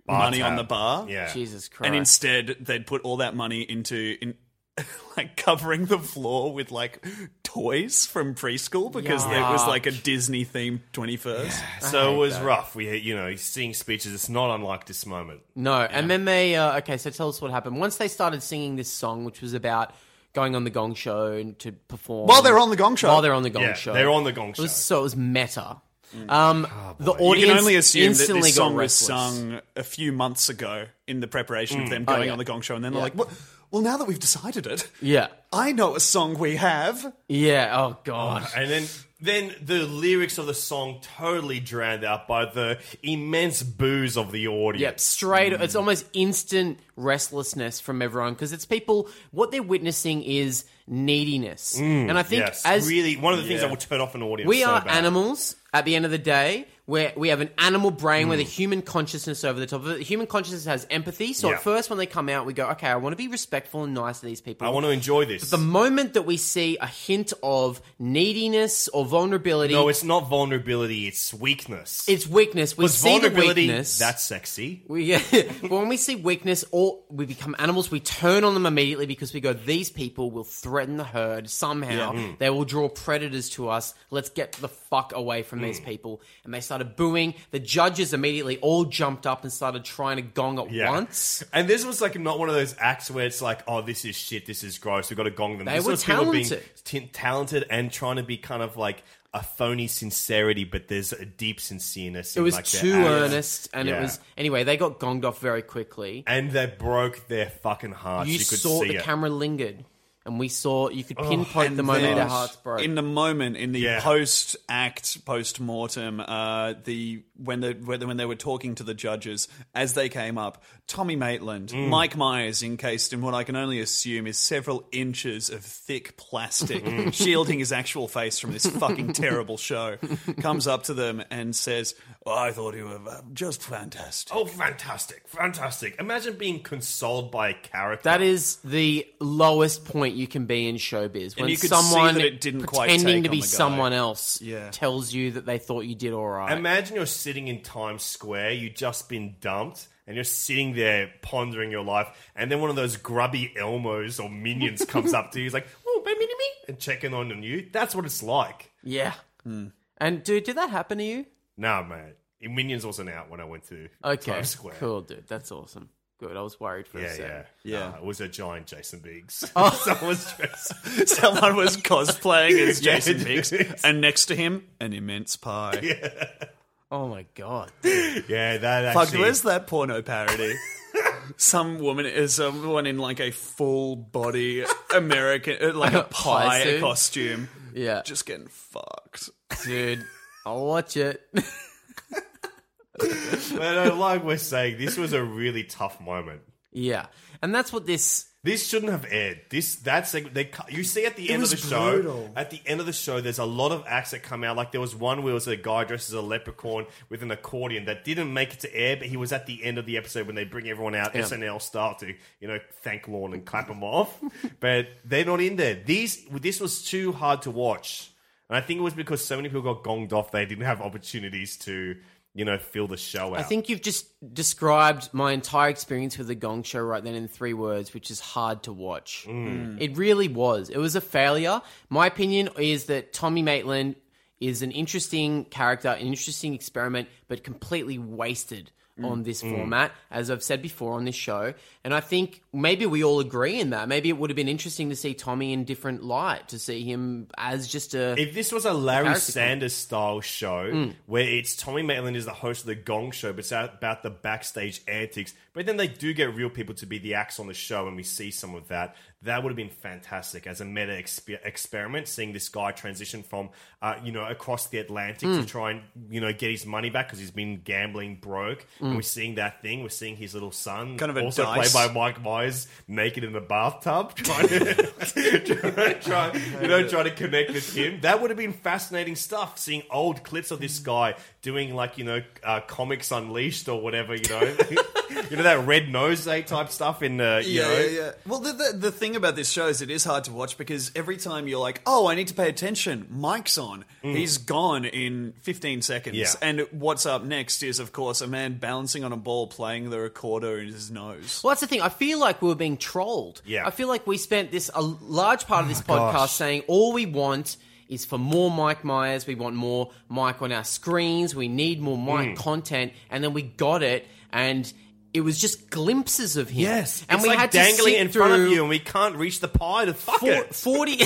money tab. on the bar. Yeah. Jesus Christ. And instead, they'd put all that money into. In, [LAUGHS] like covering the floor with like toys from preschool because it was like a Disney themed 21st. So it was rough. We, you know, singing speeches. It's not unlike this moment. No, and then they uh, okay. So tell us what happened once they started singing this song, which was about going on the Gong Show and to perform While they're on the Gong Show. While they're on the Gong Yeah, Show, they're on the Gong It was- Show. so Oh, it was meta. Mm. Um, the You audience can only assume that instantly this song got was restless. Mm. Oh, sung a few months ago in the preparation of them going yeah. on the Gong Show, and then they're like, well, well, now that we've decided it, Yeah, I know a song we have. yeah. Oh god. And then then the lyrics of the song totally drowned out by the immense booze of the audience. Yep, straight. Mm. It's almost instant restlessness from everyone because it's people. What they're witnessing is neediness, and I think Mm, Yes, as really one of the things that will turn off an audience. we so are bad. animals at the end of the day where we have an animal brain with a Mm. human consciousness over the top of it. The human consciousness has empathy. So Yeah. at first when they come out we go, okay, I want to be respectful and nice to these people. I want to enjoy this. the moment that we see a hint of neediness or vulnerability, no, it's, it's not vulnerability. It's weakness. weakness. We Because see vulnerability. the weakness. That's sexy. We, [LAUGHS] yeah, but when we see weakness or we become animals, we turn on them immediately because we go, these people will threaten the herd somehow. Mm. They will draw predators to us. Let's get the fuck away from Mm. these people. And they started booing. The judges immediately all jumped up and started trying to gong at Yeah. [LAUGHS] once. And this was like not one of those acts where it's like, oh, this is shit, this is gross, we've got to gong them. They this were was people being talented. t- talented and trying to be kind of like a phony sincerity, but there's a deep sincereness. It was like their too acts. earnest. And it Yeah. was, anyway, they got gonged off very quickly. And they broke their fucking hearts. you You, could saw see the it. Oh, camera lingered. And we saw, you could pinpoint the moment their hearts broke. In the moment, in the Yeah. post act, post mortem, uh, the when the when, when they were talking to the judges as they came up, Tommy Maitland, Mm. Mike Myers, encased in what I can only assume is several inches of thick [LAUGHS] Mm. plastic, shielding his actual face from this fucking terrible show, [LAUGHS] comes up to them and says, "Oh, "I thought you were uh, just fantastic." Oh, fantastic. Fantastic. Imagine being consoled by a character. That is the lowest point you can be in showbiz. When you could see someone that it didn't quite pretending take to on be the guy. someone else Yeah. tells you that they thought you did all right. Imagine you're sitting in Times Square, you've just been dumped, and you're sitting there pondering your life, and then one of those grubby Elmos [LAUGHS] or minions comes up to you, he's like, oh, baby, me, me, and checking on you. That's what it's like. yeah. Hmm. And dude, did that happen to you? Nah, mate. Minions wasn't out when I went to Okay. Times Square. Cool, dude. That's awesome. Good. I was worried for a Yeah, second. yeah, Yeah. Nah, it was a giant Jason [LAUGHS] Biggs. [LAUGHS] Oh. Someone was dressed. Someone was cosplaying as [LAUGHS] Yeah, Jason it Biggs, is. and next to him, an [LAUGHS] immense pie. Oh my god. Yeah, that Fuck, actually. where's that porno parody? [LAUGHS] some woman is someone in like a full body American, uh, like a Pie pie, suit? costume, Yeah. just getting fucked. Dude, I'll watch it. [LAUGHS] But uh, like we're saying, this was a really tough moment. yeah. And that's what this This shouldn't have aired. This that segment they cut- you see at the end of was the show. brutal. At the end of the show, there's a lot of acts that come out. Like there was one where it was a guy dressed as a leprechaun with an accordion that didn't make it to air, but he was at the end of the episode when they bring everyone out SNL style to you know thank Lorne and clap [LAUGHS] him off. but they're not in there. These this was too hard to watch, and I think it was because so many people got gonged off. They didn't have opportunities to you know fill the show out. I think you've just described my entire experience with the Gong Show right then in three words, which is hard to watch. It really was. It was a failure. My opinion is that Tommy Maitland is an interesting character, an interesting experiment, but completely wasted on this format, as I've said before on this show. And I think maybe we all agree in that. Maybe it would have been interesting to see Tommy in different light, to see him as just a. If this was a Larry Comparison. Sanders style show Hmm. where it's Tommy Maitland is the host of the Gong Show, but it's out- about the backstage antics, but then they do get real people to be the acts on the show, and we see some of that. That would have been fantastic as a meta exper- experiment, seeing this guy transition from, uh, you know, across the Atlantic Hmm. to try and you know get his money back because he's been gambling broke, and we're seeing that thing. We're seeing his little son, Hmm. Kind of a also dice. played by Mike Myers, naked in the bathtub, [LAUGHS] trying to try, try, you know, try to connect with him. That would have been fascinating stuff. Seeing old clips of this guy doing like you know, uh, comics unleashed or whatever. You know, you know that red nose day type stuff in the you know. Well, the, the the thing about this show is it is hard to watch because every time you're like, "Oh, I need to pay attention," Mike's on. He's gone in 15 seconds. Yeah. And what's up next is, of course, a man bouncing on a ball playing the recorder in his nose. Well, that's the thing. I feel like we were being trolled. Yeah. Oh I feel like we spent this a large part of this podcast saying all we want is for more Mike Myers. We want more Mike on our screens. We need more Mm. Mike content, and then we got it, and it was just glimpses of him. Yes, and it's we like had to dangling sit in front of through you, and we can't reach the pie to fuck four, [LAUGHS] it. 40,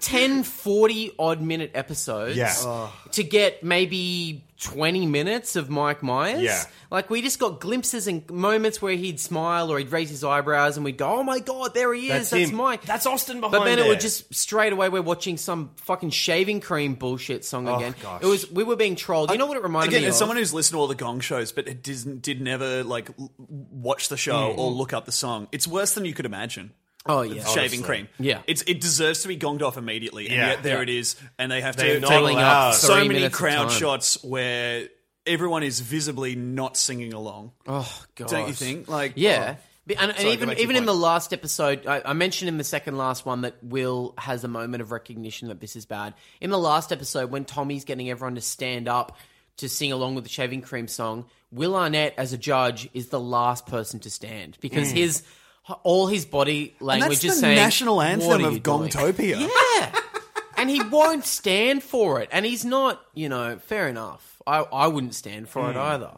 10, 40 odd minute episodes Yeah. Oh. to get maybe 20 minutes of Mike Myers. Yeah. Like, we just got glimpses and moments where he'd smile or he'd raise his eyebrows and we'd go, oh my God, there he is. That's That's, him. Mike. That's Austin But behind then it there. would just straight away, we're watching some fucking shaving cream bullshit song again. Oh, gosh. It was, we were being trolled. You know what it reminded Again, me of? as someone who's listened to all the Gong shows, but it didn't did never like l- watch the show Hmm. or look up the song, it's worse than you could imagine. oh, yeah. Shaving cream, Yeah. it's it deserves to be gonged off immediately, and Yeah. yet there Yeah. it is, and they have They're to not take allowed. Wow. so Three many minutes of crowd time. shots where everyone is visibly not singing along. Oh god, Don't you think? Like, yeah. oh. But- And, and Sorry, go even back to your even in point. the last episode, I, I mentioned in the second last one that Will has a moment of recognition that this is bad. In the last episode, when Tommy's getting everyone to stand up to sing along with the shaving cream song, Will Arnett as a judge is the last person to stand because his all his body Hmm. And language that's the is saying national "What anthem are of you doing?" Gongtopia. Yeah. and he won't stand for it. And he's not, you know, fair enough. I, I wouldn't stand for it either.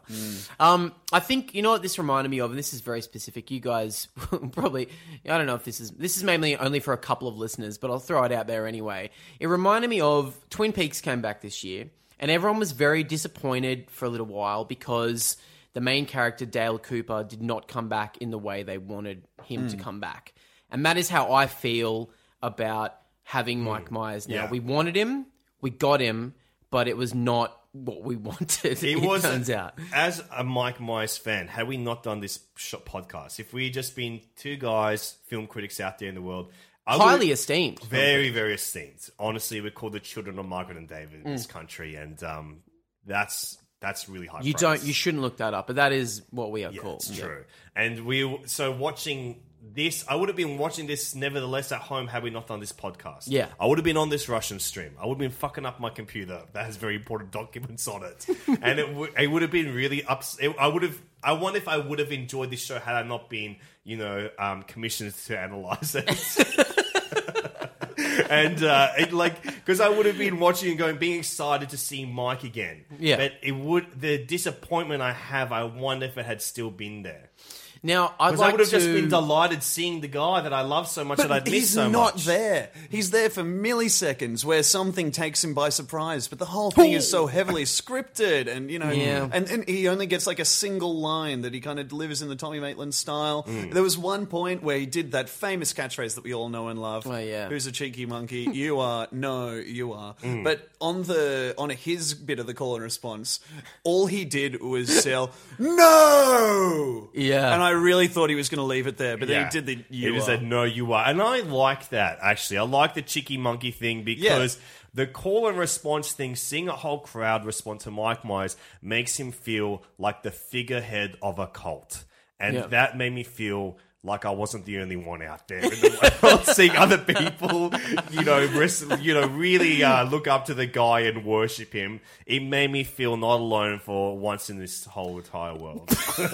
Um, I think, you know what this reminded me of, and this is very specific. You guys [LAUGHS] probably, I don't know if this is, this is mainly only for a couple of listeners, but I'll throw it out there anyway. It reminded me of Twin Peaks came back this year, and everyone was very disappointed for a little while because the main character, Dale Cooper, did not come back in the way they wanted him to come back. And that is how I feel about having Mike Myers now. Hmm. yeah. We wanted him, we got him, but it was not what we [LAUGHS] wanted. It, It was turns out. as a Mike Myers fan. Had we not done this sh- podcast, if we just been two guys, film critics out there in the world, I would- Highly esteemed. very, very esteemed. Honestly, we're called the children of Margaret and David in this Mm. country, and um, that's that's really high. You praise. don't you shouldn't look that up, but that is what we are Yeah, called. it's Yeah. true. And we so watching this, I would have been watching this nevertheless at home had we not done this podcast. Yeah. I would have been on this Russian stream. I would have been fucking up my computer that has very important [LAUGHS] documents [LAUGHS] on it, and it, w- it would have been really ups. It, I would have. I wonder if I would have enjoyed this show had I not been, you know, um, commissioned to analyze it. and uh, it, like because I would have been watching and going, being excited to see Mike again. Yeah. but it would the disappointment I have. I wonder if it had still been there. Now, I'd Because like I would have to. just been delighted seeing the guy that I love so much that I'd miss he's so not much. there. He's there for milliseconds where something takes him by surprise, but the whole thing is so heavily scripted, and you know, Yeah. and, and he only gets like a single line that he kind of delivers in the Tommy Maitland style. Mm. There was one point where he did that famous catchphrase that we all know and love. Oh, yeah. Mm. who's a [LAUGHS] cheeky monkey? you are. No, you are. But on the on his bit of the call and response, all he did was sell no. [LAUGHS] Yeah. and I really thought he was going to leave it there, but then Yeah. he did the. He You just are. said, "No, you are," and I like that actually. I like the cheeky monkey thing because the call and response thing, seeing a whole crowd respond to Mike Myers, makes him feel like the figurehead of a cult, and Yeah. that made me feel. Like I wasn't the only one out there in the world, [LAUGHS] seeing other people, you know, res- you know, really uh, look up to the guy and worship him. It made me feel not alone for once in this whole entire world. [LAUGHS]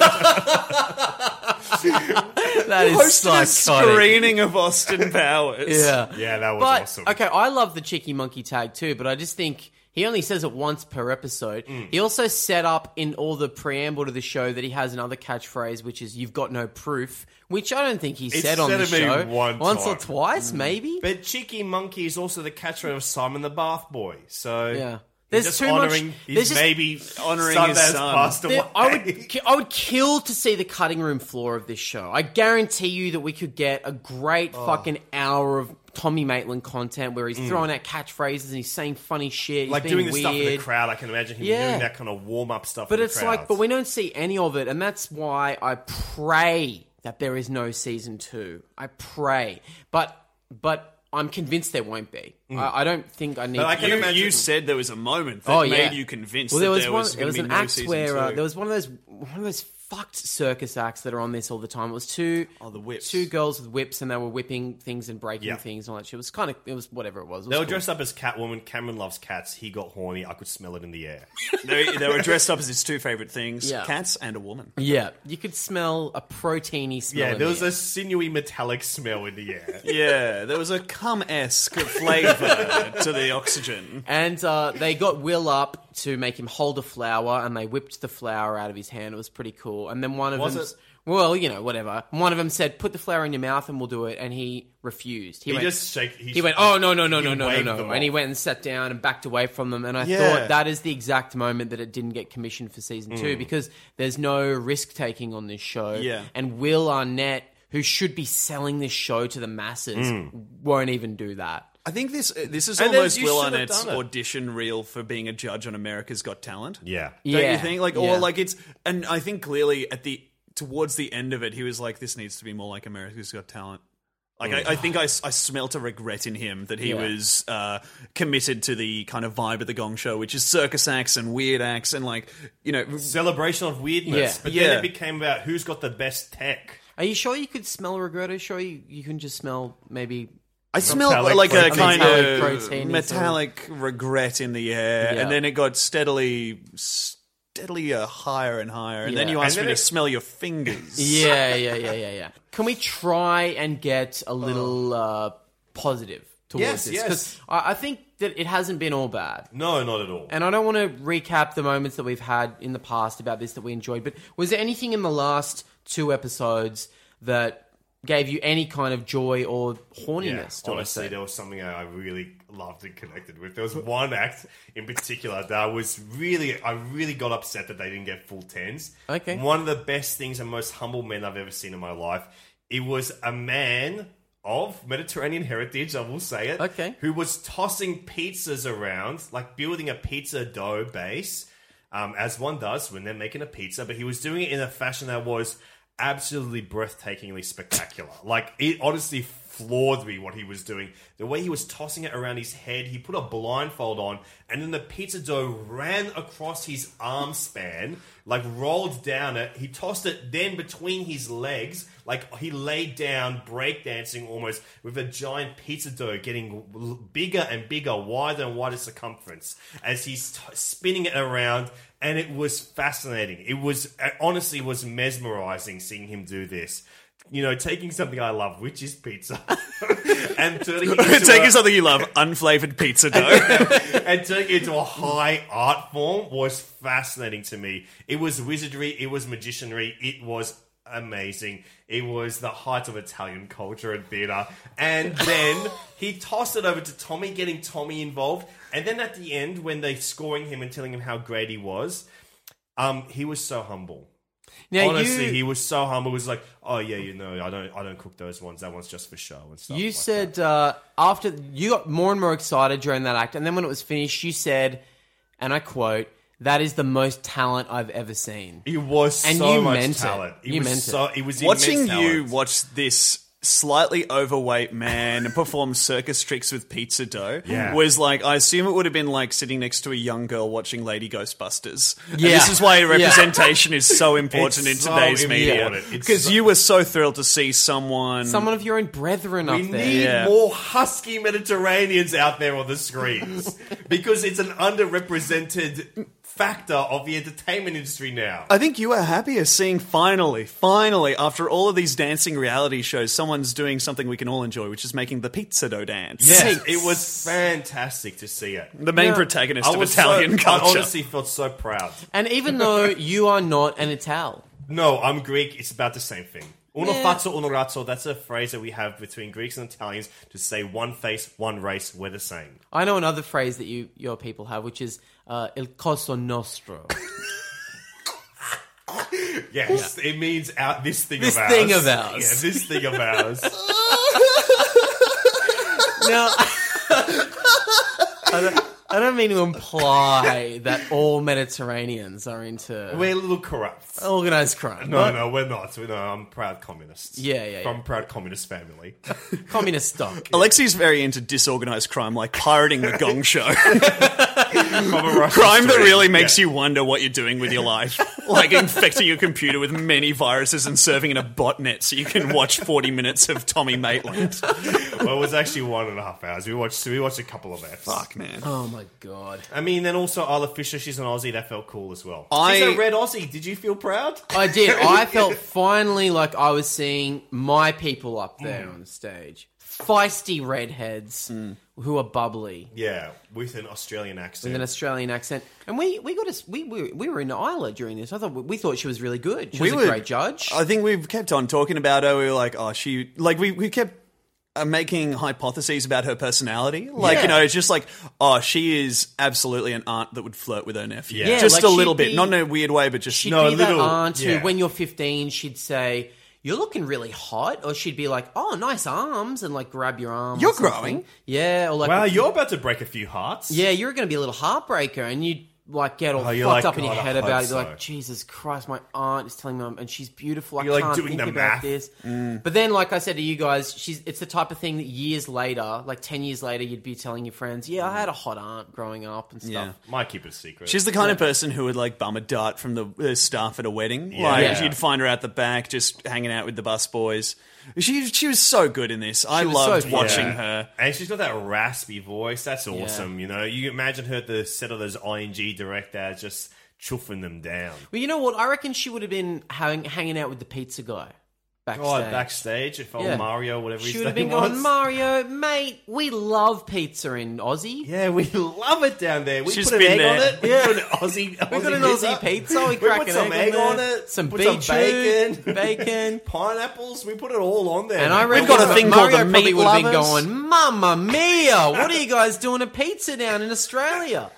that is hosted a psychotic. screening [LAUGHS] of Austin Powers. Yeah. Yeah, that was but, awesome. Okay, I love the cheeky monkey tag too, but I just think he only says it once per episode. Mm. He also set up in all the preamble to the show that he has another catchphrase, which is "You've got no proof," which I don't think he said on said the it maybe show one once or time. Mm. twice, maybe. But Cheeky Monkey is also the catchphrase of Simon the Bath Boy. So Yeah. he's There's just too much- honoring there's his just- maybe honoring son his that has son. passed away. There- I [LAUGHS] would, ki- I would kill to see the cutting room floor of this show. I guarantee you that we could get a great Oh. fucking hour of Tommy Maitland content where he's throwing out catchphrases and he's saying funny shit, he's Mm. like being doing the weird. stuff in the crowd. I can imagine him Yeah. doing that kind of warm up stuff. But in it's the like, crowds. but we don't see any of it, and that's why I pray that there is no season two. I pray, but but I'm convinced there won't be. Hmm. I, I don't think I need. I to- can You, imagine- you said there was a moment that made you convinced Oh, Well, that there was there one. was there going was to be an no act season where uh, two. there was one of those one of those fucked circus acts that are on this all the time. It was two Oh, the whips. two girls with whips, and they were whipping things and breaking Yeah. things and all that shit. It was kind of it was whatever it was. It was they were cool. dressed up as Catwoman. Cameron loves cats. He got horny. I could smell it in [LAUGHS] the air. they, they were dressed up as his two favorite things: Yeah. cats and [LAUGHS] a woman. Yeah, you could smell a proteiny smell. yeah, in there was air. a sinewy metallic smell in [LAUGHS] the air. Yeah, there was a cum esque flavor [LAUGHS] to the oxygen. And uh, they got Will up to make him hold a flower, and they whipped the flower out of his hand. It was pretty cool. And then one of Was them, it? well, you know, whatever. One of them said, "Put the flower in your mouth, and we'll do it." And he refused. He went, just shake. He, He went, "Oh no, no, no, he no, no, no, waved no!" them And he off. went and sat down and backed away from them. And I Yeah. thought that is the exact moment that it didn't get commissioned for season Hmm. two because there's no risk taking on this show. Yeah. And Will Arnett, who should be selling this show to the masses, Hmm. won't even do that. I think this uh, this is And then almost you Will should have Arnett's done it. audition reel for being a judge on America's Got Talent. Yeah. Don't Yeah, you think? Like, yeah. or like it's, and I think clearly at the towards the end of it, he was like, "This needs to be more like America's Got Talent." Like, I, I think I, s- I smelt a regret in him that he Yeah. was uh, committed to the kind of vibe of the Gong Show, which is circus acts and weird acts and like you know, Celebration of weirdness. Yeah. But Yeah. then it became about who's got the best tech. Are you sure you could smell regret? Are you sure you, you can just smell maybe? I smelled Metallic like a protein. kind Metallic of protein is metallic regret in the air, Yeah. and then it got steadily, steadily uh, higher and higher, and then Yeah. you And asked then me to it- smell your fingers. [LAUGHS] Yeah, yeah, yeah, yeah, yeah. Can we try and get a little uh, positive towards Oh. Yes, this? yes. I, I think that it hasn't been all bad. No, not at all. And I don't want to recap the moments that we've had in the past about this that we enjoyed, but was there anything in the last two episodes that gave you any kind of joy or horniness? do I honestly, say? there was something I I really loved and connected with. There was one act in particular that I was really, I really got upset that they didn't get full tens. Okay. One of the best things and most humble men I've ever seen in my life. It was a man of Mediterranean heritage, I will say it. Okay. Who was tossing pizzas around, like building a pizza dough base, um, as one does when they're making a pizza, but he was doing it in a fashion that was absolutely breathtakingly spectacular. Like, it honestly floored me what he was doing. The way he was tossing it around his head, he put a blindfold on, and then the pizza dough ran across his arm span, like rolled down it. He tossed it then between his legs, like he laid down breakdancing almost with a giant pizza dough getting l- bigger and bigger, wider and wider circumference as he's t- spinning it around. And it was fascinating. It was it honestly was mesmerizing seeing him do this. You know, taking something I love, which is pizza, [LAUGHS] and turning it into Taking a- something you love, unflavored [LAUGHS] pizza dough. and turning it into a high art form was fascinating to me. It was wizardry, it was magicianry, it was amazing. It was the height of Italian culture and theatre. [LAUGHS] And then he tossed it over to Tommy, getting Tommy involved. And then at the end, when they scoring him and telling him how great he was, um, he was so humble. Now Honestly, you, he was so humble. He was like, "Oh yeah, you know, I don't, I don't cook those ones. That one's just for show and stuff." You like said uh, after you got more and more excited during that act, and then when it was finished, you said, and I quote, "That is the most talent I've ever seen." that. he was and so you much meant it. talent. He You was meant it. so, it. was Watching immense you talent. watch this slightly overweight man perform circus tricks with pizza dough Yeah. was like I assume it would have been like sitting next to a young girl watching Lady Ghostbusters. And Yeah. this is why Yeah. representation is so important in It's so today's media important. It's because so- you were so thrilled to see someone. Someone of your own brethren We up there. need Yeah. more husky Mediterraneans out there on [LAUGHS] the screens because it's an underrepresented factor of the entertainment industry now. I think you were happier seeing finally, finally, after all of these dancing reality shows, someone's doing something we can all enjoy, which is making the pizza dough dance. Yes, it was fantastic to see it. The main protagonist I of was Italian so, I culture. honestly felt so proud. And [LAUGHS] even though you are not an Ital, No, I'm Greek. It's about the same thing. Uno fatso, uno razzo. That's a phrase that we have between Greeks and Italians to say one face, one race. We're the same. I know another phrase that you your people have, which is uh, "il coso nostro." Yes, it means out this thing This of ours. thing of ours. Yeah, this thing [LAUGHS] of ours. now, [LAUGHS] I don't, I don't mean to imply that all Mediterraneans are into We're a little corrupt. organized crime. No, Oh, no, we're not. We- No, I'm proud communist. Yeah, yeah, From yeah. proud communist family. [LAUGHS] communist stock. Alexi's very into disorganized crime, like pirating the Gong Show. From a Russian [LAUGHS] crime that street. really makes Yeah. you wonder what you're doing with your life, like infecting your computer with many viruses and serving in a botnet so you can watch 40 minutes of Tommy Maitland. Well, it was actually one and a half hours. We watched. We watched a couple of that. Fuck, man. Oh my god. I mean, then also Isla Fisher. She's an Aussie. That felt cool as well. I- She's a red Aussie. Did you feel proud? I [LAUGHS] did. I felt finally like I was seeing my people up Mm. there on stage. Feisty redheads who are bubbly Yeah, with an Australian accent. with an Australian accent. And we, we got us we, we we were in Isla during this. I thought we thought she was really good. She was a great judge. I think we've kept on talking about her. We were like, oh, she, like, we, we kept uh, making hypotheses about her personality. Like, you know, it's just like, oh, she is absolutely an aunt that would flirt with her nephew. Yeah. Yeah, just like a she'd little bit. be- Not in a weird way, but just she'd No, be a that little- aunt who yeah. when you're fifteen she'd say you're looking really hot, or she'd be like, "Oh, nice arms," and like grab your arms. You're or something. growing. yeah. Or like, wow, you're about to break a few hearts. Yeah, you're going to be a little heartbreaker, and you like get all Oh, fucked you're like, up in your "God, I head hope about it. so." You're like, Jesus Christ, my aunt is telling me, I'm, and she's beautiful. I You're, like, can't doing think the about math. Mm. this. But then, like I said to you guys, she's it's the type of thing that years later, like ten years later, you'd be telling your friends, "Yeah, Mm. I had a hot aunt growing up and stuff." might keep it a secret. She's the kind of person who would like bum a dart from the uh, staff at a wedding. Like Yeah. you'd find her out the back, just hanging out with the busboys. She she was so good in this. I was loved so Yeah. watching her. and she's got that raspy voice. That's awesome. You know, you imagine her at the set of those ing direct ads, just chuffing them down. Well, you know what? I reckon she would have been hang, hanging out with the pizza guy backstage. God, backstage, if old Yeah. Mario, whatever she his would name have been [LAUGHS] was. going, Mario, mate, we love pizza in Aussie. Yeah, we [LAUGHS] love it down there. We She's put an been egg there. on it. We Yeah. put an [LAUGHS] Aussie, Aussie We've got an pizza. Aussie pizza. We, [LAUGHS] We crack put an some egg in there, on it. Some put beetroot, some [LAUGHS] [LAUGHS] bacon, bacon. pineapples. We put it all on there. And I reckon We've got a thing Mario called the probably Meat would have been Lovers. going, "Mamma mia, what are you guys doing at pizza down in Australia?"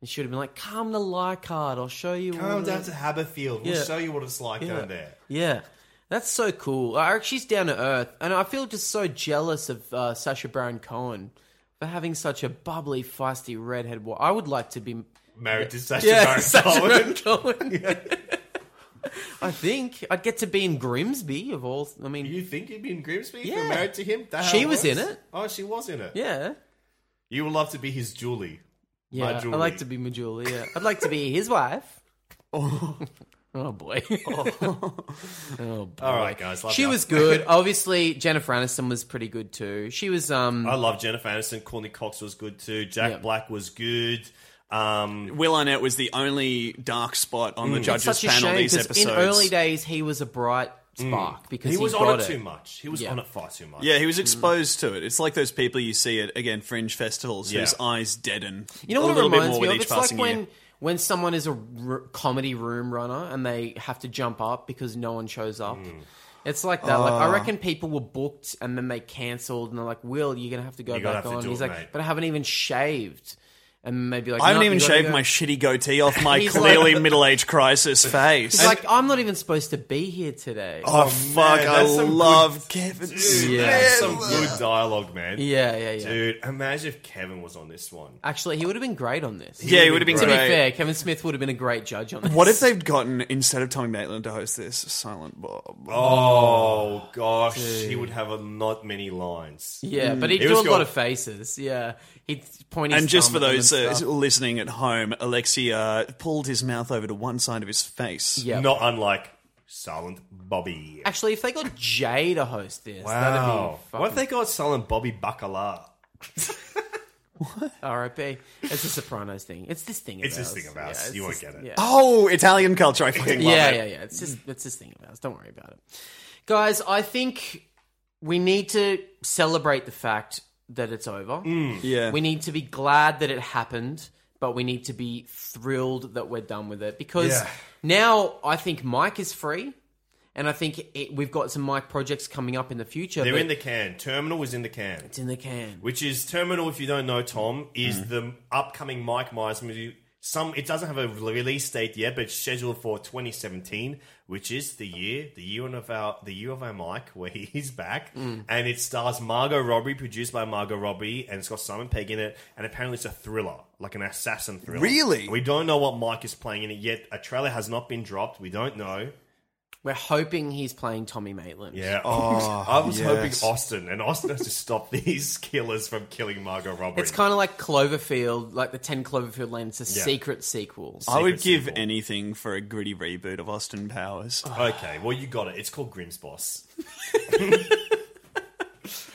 And she would have been like, "Come to Leichardt, I'll show you." all Come the-" down to Haberfield. We'll Yeah. show you what it's like down there. Yeah, that's so cool. I reckon she's down to earth, and I feel just so jealous of uh, Sasha Baron Cohen for having such a bubbly, feisty redhead. Wa- I would like to be Married to Sasha yeah, [LAUGHS] Baron Sacha Cohen. Baron [LAUGHS] Cohen. I think I'd get to be in Grimsby of all. I mean, You think you'd be in Grimsby? if Yeah. You're married to him? That how She was in works? it. Oh, she was in it. yeah. You would love to be his Julie. Yeah, My I'd jewelry. like to be Majuli. Yeah, I'd like to be his wife. [LAUGHS] Oh, boy. Oh, boy. All right, guys. [LAUGHS] love Oh, She ya. was good. Obviously, Jennifer Aniston was pretty good too. She was um I love Jennifer Aniston. Courtney Cox was good too. Jack Yeah. Black was good. Um, Will Arnett was the only dark spot on the judges Mm. such a panel shame these because episodes. in early days he was a bright spark because Mm. he he, was got on it, it. too much. He was Yeah. on it far too much. yeah, Mm. he was exposed to it. It's like those people you see at again fringe festivals Yeah. whose eyes deaden. You know a what it little bit reminds me more with of? each It's like passing when year. when someone is a r- comedy room runner and they have to jump up because no one shows up. Hmm. It's like that. Like I Uh. reckon people were booked and then they cancelled and they're like, "Will, you're gonna have to go You're gonna back have to on." do He's it, like, mate. "But I haven't even shaved," and maybe like, I haven't "No, you even gotta shaved go." my shitty [LAUGHS] goatee off my He's clearly like- middle [LAUGHS] age crisis face. He's like, "I'm not even supposed to be here today." oh, fuck, man, I that's some love Kevin Yeah. That's some good dialogue, man. Yeah, yeah, yeah. Dude, imagine if Kevin was on this one. Actually, he would have been great on this. Yeah, he would have been To be great. fair, Kevin Smith would have been a great judge on this. What if they've gotten, instead of Tommy Maitland to host this, Silent Bob? Oh gosh, he would have a, not many lines. Yeah, Hmm. but he'd It do was a cool. lot of faces. Yeah, he'd point. His and just for thumb at them those and uh, stuff. listening at home, Alexi uh, pulled his mouth over to one side of his face. yeah. Not unlike Silent Bobby. Actually, if they got Jay to host this, Wow. that'd be What if fucking they got Silent Bobby Bacala? R.I.P. It's a Sopranos thing. It's this thing. Of It's this ours. thing of ours. it's You won't this- get it. Yeah. Oh, Italian culture! I fucking love yeah, it. yeah, yeah. It's just it's this thing of ours. Don't worry about it, guys. I think we need to celebrate the fact that it's over. Mm. Yeah. We need to be glad that it happened, but we need to be thrilled that we're done with it because Yeah. now I think Mike is free, and I think it, we've got some Mike projects coming up in the future. They're but in the can. Terminal was in the can. it's in the can. Which is Terminal, if you don't know, Tom, is Mm. the upcoming Mike Myers movie. Some it doesn't have a release date yet, but it's scheduled for 2017, which is the year, the year of our, the year of our Mike, [LAUGHS] where he's back, Mm. and it stars Margot Robbie, produced by Margot Robbie, and it's got Simon Pegg in it, and apparently it's a thriller, like an assassin thriller. Really? We don't know what Mike is playing in it yet. A trailer has not been dropped. We don't know. We're hoping he's playing Tommy Maitland. Yeah, [LAUGHS] I was Oh, yes. hoping Austin, and Austin has to stop [LAUGHS] these killers from killing Margot Robbie. It's kind of like Cloverfield, like the 10 Cloverfield Lane. It's a secret sequel. I would Secret give sequel. anything for a gritty reboot of Austin Powers. Oh, Okay, well you got it. It's called [LAUGHS] Grimm's Boss.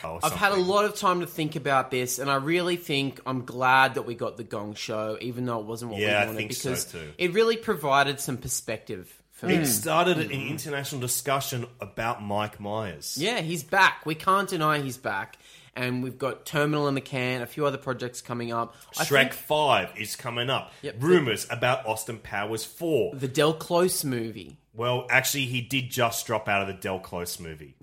Oh, I've had a something. lot of time to think about this, and I really think I'm glad that we got the Gong Show, even though it wasn't what Yeah, I we wanted, think so because too. it really provided some perspective for me. It started an international discussion about Mike Myers. Mm-hmm. Yeah, he's back. We can't deny he's back, and we've got Terminal in the can, a few other projects coming up. I Shrek think Five is coming up. Yep. Rumors about Austin Powers Four. the Del Close movie. well, actually, he did just drop out of the Del [SIGHS] Close movie.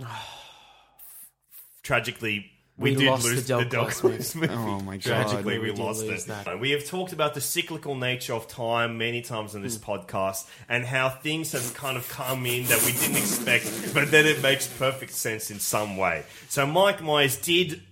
Tragically, we, We did lost lose the Del Close movie. Oh my god! Tragically, we, did lost lose it. that. We have talked about the cyclical nature of time many times on this Hmm. podcast and how things have kind of come in that we didn't expect, but then it makes perfect sense in some way. So, Mike Myers did,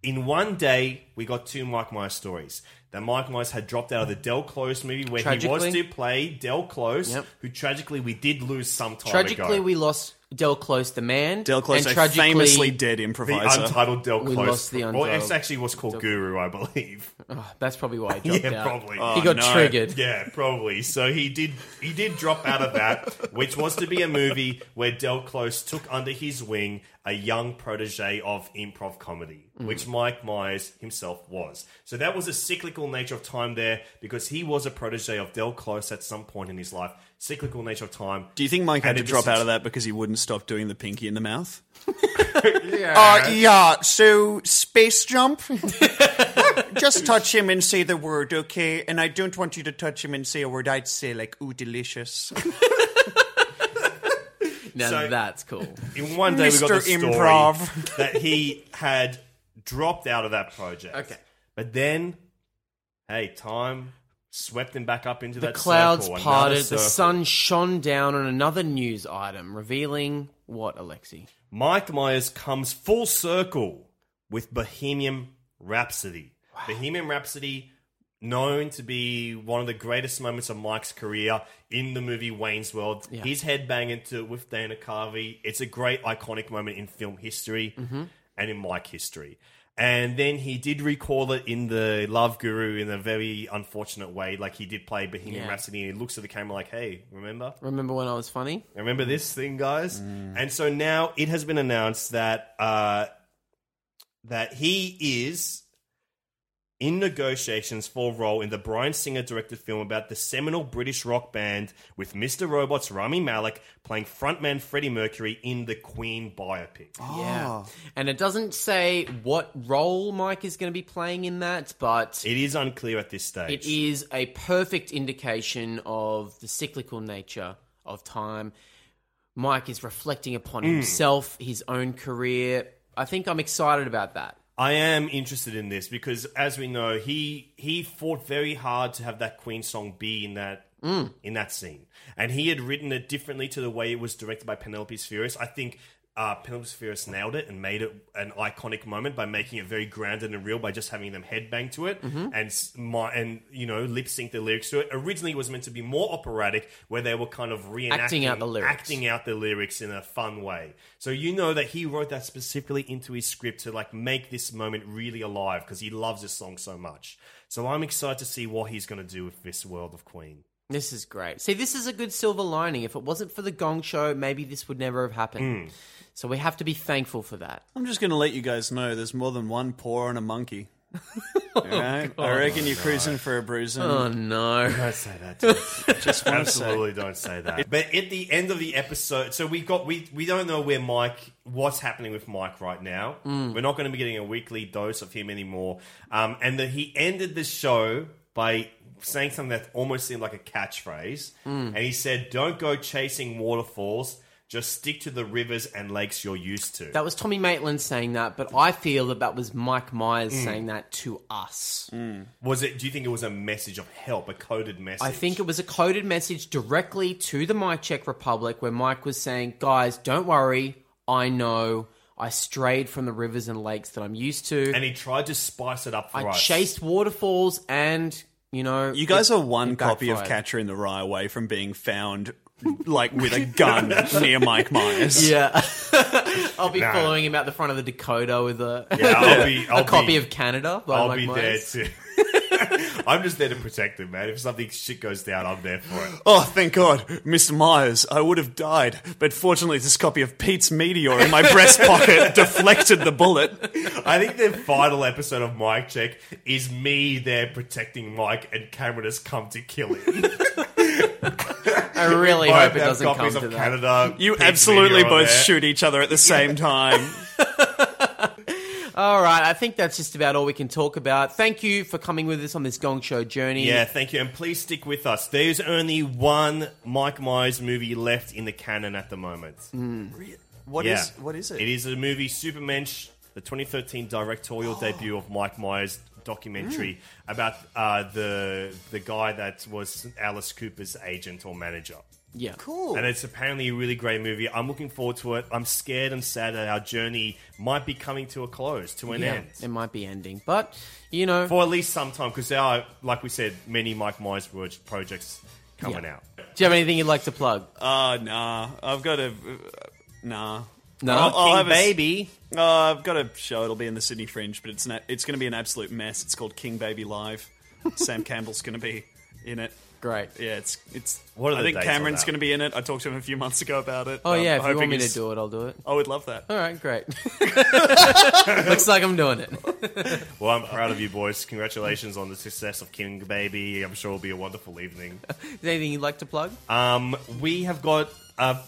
in one day, we got two Mike Myers stories. That Mike Myers had dropped out of the Del Close movie where he was Tragically. to play Del Close, Yep. who tragically we did lose some time Tragically, ago. we lost Del Close the man. Del Close, and a tragically, famously dead the improviser. untitled Del We Close. lost the well, untitled it's actually what's called Guru, I believe. [LAUGHS] That's probably why he dropped Yeah, out. probably. He got no. triggered. [LAUGHS] Oh, Yeah, probably. So he did he did drop out of that, [LAUGHS] which was to be a movie where Del Close took under his wing a young protege of improv comedy, Mm. which Mike Myers himself was. So that was a cyclical nature of time there because he was a protege of Del Close at some point in his life. Cyclical nature of time. Do you think Mike had And to it drop just- out of that because he wouldn't stop doing the pinky in the mouth? [LAUGHS] Yeah. Uh, yeah. So space jump. [LAUGHS] Just touch him and say the word, okay? And I don't want you to touch him and say a word. I'd say like, "Ooh, [LAUGHS] delicious." now So- that's [LAUGHS] cool. in one day we got the Mr. story [LAUGHS] Improv. that he had dropped out of that project. Okay. but then, hey, time swept him back up into The that clouds circle, another parted, the circle. sun shone down on another news item, revealing what, Alexi? Mike Myers comes full circle with Bohemian Rhapsody. Bohemian Rhapsody, known to be one of the greatest moments of Mike's career in the movie Wayne's World. His headbanging to with Dana Carvey. It's a great iconic moment in film history and in Mike history. And then he did recall it in the Love Guru in a very unfortunate way. Like he did play Bohemian Yeah. Rhapsody and he looks at the camera like, hey, remember? Remember when I was funny? Remember this thing, guys? And so now it has been announced that uh, that he is in negotiations for a role in the Brian Singer directed film about the seminal British rock band with Mr. Robot's Rami Malek playing frontman Freddie Mercury in the Queen biopic. Oh. Yeah. And it doesn't say what role Mike is going to be playing in that, but It is unclear at this stage. it is a perfect indication of the cyclical nature of time. Mike is reflecting upon Hmm. himself, his own career. I think I'm excited about that. I am interested in this because, as we know, he he fought very hard to have that Queen song be in that Mm. in that scene, and he had written it differently to the way it was directed by Penelope Spheris. I think uh, Penelope Spheris nailed it and made it an iconic moment by making it very grounded and real by just having them headbang to it Mm-hmm. and s- my, and you know lip sync the lyrics to it. Originally, it was meant to be more operatic, where they were kind of reenacting Acting out the lyrics. acting acting out the lyrics in a fun way. So you know that he wrote that specifically into his script to like make this moment really alive because he loves this song so much. So I'm excited to see what he's going to do with this world of Queen. This is great. See, this is a good silver lining. If it wasn't for the Gong Show, maybe this would never have happened. Hmm. So we have to be thankful for that. I'm just going to let you guys know there's more than one paw on [LAUGHS] a monkey. Alright? I reckon you're cruising for a bruising. Oh no. Don't say [LAUGHS] that. To Just one sec. Absolutely don't say that. But at the end of the episode, so we got we we don't know where Mike what's happening with Mike right now. Mm. We're not going to be getting a weekly dose of him anymore. Um, and that he ended the show by saying something that almost seemed like a catchphrase. Mm. And he said, "Don't go chasing waterfalls. Just stick to the rivers and lakes you're used to." That was Tommy Maitland saying that, but I feel that that was Mike Myers Hmm. saying that to us. was it? Do you think it was a message of help, a coded message? I think it was a coded message directly to the Mike Czech Republic where Mike was saying, guys, don't worry. I know I strayed from the rivers and lakes that I'm used to. And he tried to spice it up for I us. chased waterfalls and, you know. You guys it- are one it copy of backfired. Catcher in the Rye away from being found, like, with [LAUGHS] a gun near Mike Myers. Yeah. [LAUGHS] I'll be following him out the front of the Dakota with a, Yeah, I'll be- [LAUGHS] a I'll copy be- of Canada. By I'll Mike be there Myers. too. [LAUGHS] I'm just there to protect him, man. If something shit goes down, I'm there for it. Oh, thank God, Mr. Myers, I would have died, but fortunately, this copy of Pete's Meteor in my [LAUGHS] breast pocket deflected the bullet. I think the final episode of Mike Check is me there protecting Mike, and Cameron has come [LAUGHS] to kill him. I really Both hope it have doesn't come copies to of that. Canada. You Pete's absolutely Meteor on both there. shoot each other at the same time. All right, I think that's just about all we can talk about. Thank you for coming with us on this Gong Show journey. Yeah, thank you, and please stick with us. There's only one Mike Myers movie left in the canon at the moment. [LAUGHS] What is Yeah. what is it? It is a movie, Supermensch, the 2013 [GASPS] directorial debut of Mike Myers' documentary Hmm. about uh, the the guy that was Alice Cooper's agent or manager. yeah. Cool. And it's apparently a really great movie. I'm looking forward to it. I'm scared and sad that our journey might be coming to a close, to an Yeah, end. it might be ending, but you know, For at least some time, because there are, like we said, many Mike Myers pro- projects coming Yeah. out. do you have anything you'd like to plug? Uh, nah, I've got a uh, nah. No? I'll, I'll King have a s- Baby. Uh, I've got a show. It'll be in the Sydney Fringe, but it's an, it's going to be an absolute mess. It's called King Baby Live. Sam Campbell's going to be in it. Great. Yeah, it's it's. What are I the think dates on Cameron's that? going to be in it. I talked to him a few months ago about it. Oh yeah, if you want me he's- to do it, I'll do it. I would love that. All right, [LAUGHS] great. [LAUGHS] Looks like I'm doing it. Well, I'm proud of you, boys. Congratulations on the success of King Baby. I'm sure it'll be a wonderful evening. Is there anything you'd like to plug? Um, we have got a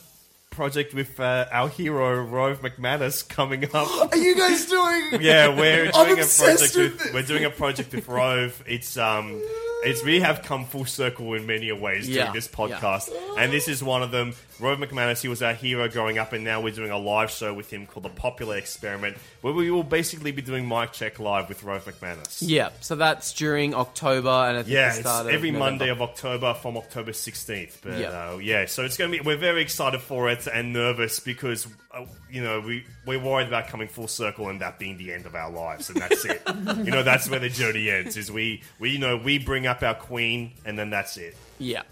project with uh, our hero Rove McManus coming [GASPS] up. Are you guys doing? [LAUGHS] yeah, we're I'm doing a obsessed project with with, this. we're doing a project with Rove. It's um it's we have come full circle in many ways Yeah, doing this podcast. And this is one of them. Rove McManus, he was our hero growing up, and now we're doing a live show with him called The Popular Experiment, where we will basically be doing mic check live with Rove McManus. Yeah, so that's during October, and I think Yeah, the it's start of every November. Monday of October from October 16th. But Yeah. uh, yeah, so it's going to be, we're very excited for it and nervous because, uh, you know, we, we're worried about coming full circle and that being the end of our lives. And [LAUGHS] that's it. you know, that's where the journey ends is we, we, you know, we bring up our queen and then that's it. Yeah.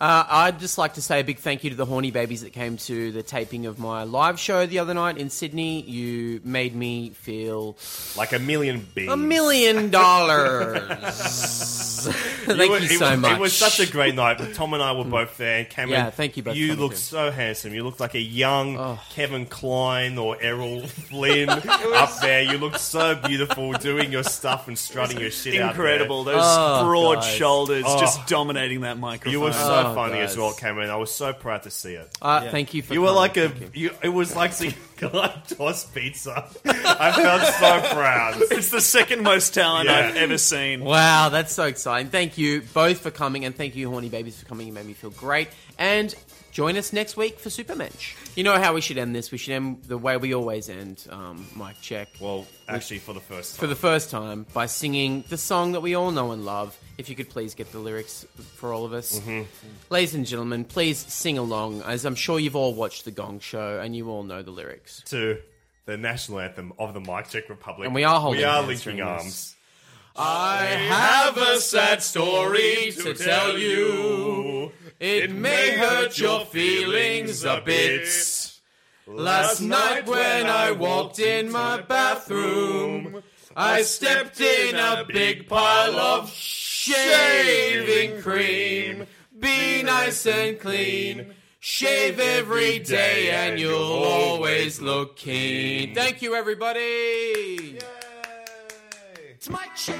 Uh, I'd just like to say a big thank you to the horny babies that came to the taping of my live show the other night in Sydney. You made me feel Like a million bees. a million [LAUGHS] dollars. It [LAUGHS] thank was- you it so was- much. It was such a great night. But Tom and [LAUGHS] I were both there. And Cameron, Yeah, thank you both Oh. You for looked coming. so handsome. You looked like a young Kevin Klein or [LAUGHS] Errol Flynn up there. You looked so beautiful doing your stuff and strutting your shit out there. Oh, Incredible. Those broad shoulders just dominating that microphone. You were so funny as Oh, guys. well, Cameron. I was so proud to see it. uh, Thank you for you were coming. like a. Thank you. You, it was like [LAUGHS] seeing a guy toss pizza. [LAUGHS] I felt so proud. it's the second most talent Yeah. I've ever seen. Wow, that's so exciting. Thank you both for coming, and thank you, Horny Babies, for coming. You made me feel great. And join us next week for Supermensch. You know how we should end this? We should end the way we always end, um, Mike Check. Well, actually, for the first for time. the first time, by singing the song that we all know and love. If you could please get the lyrics for all of us. Ladies and gentlemen, please sing along, as I'm sure you've all watched The Gong Show and you all know the lyrics. to the national anthem of the Mike Czech Republic. And we are holding We are hands linking during this. arms. I have a sad story to tell you. It may hurt your feelings a bit. Last night when I walked in my bathroom, I stepped in a big pile of shaving cream. Be nice and clean. Shave every day and you'll always look keen. Thank you, everybody. Yay. It's my check.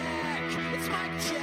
It's my check.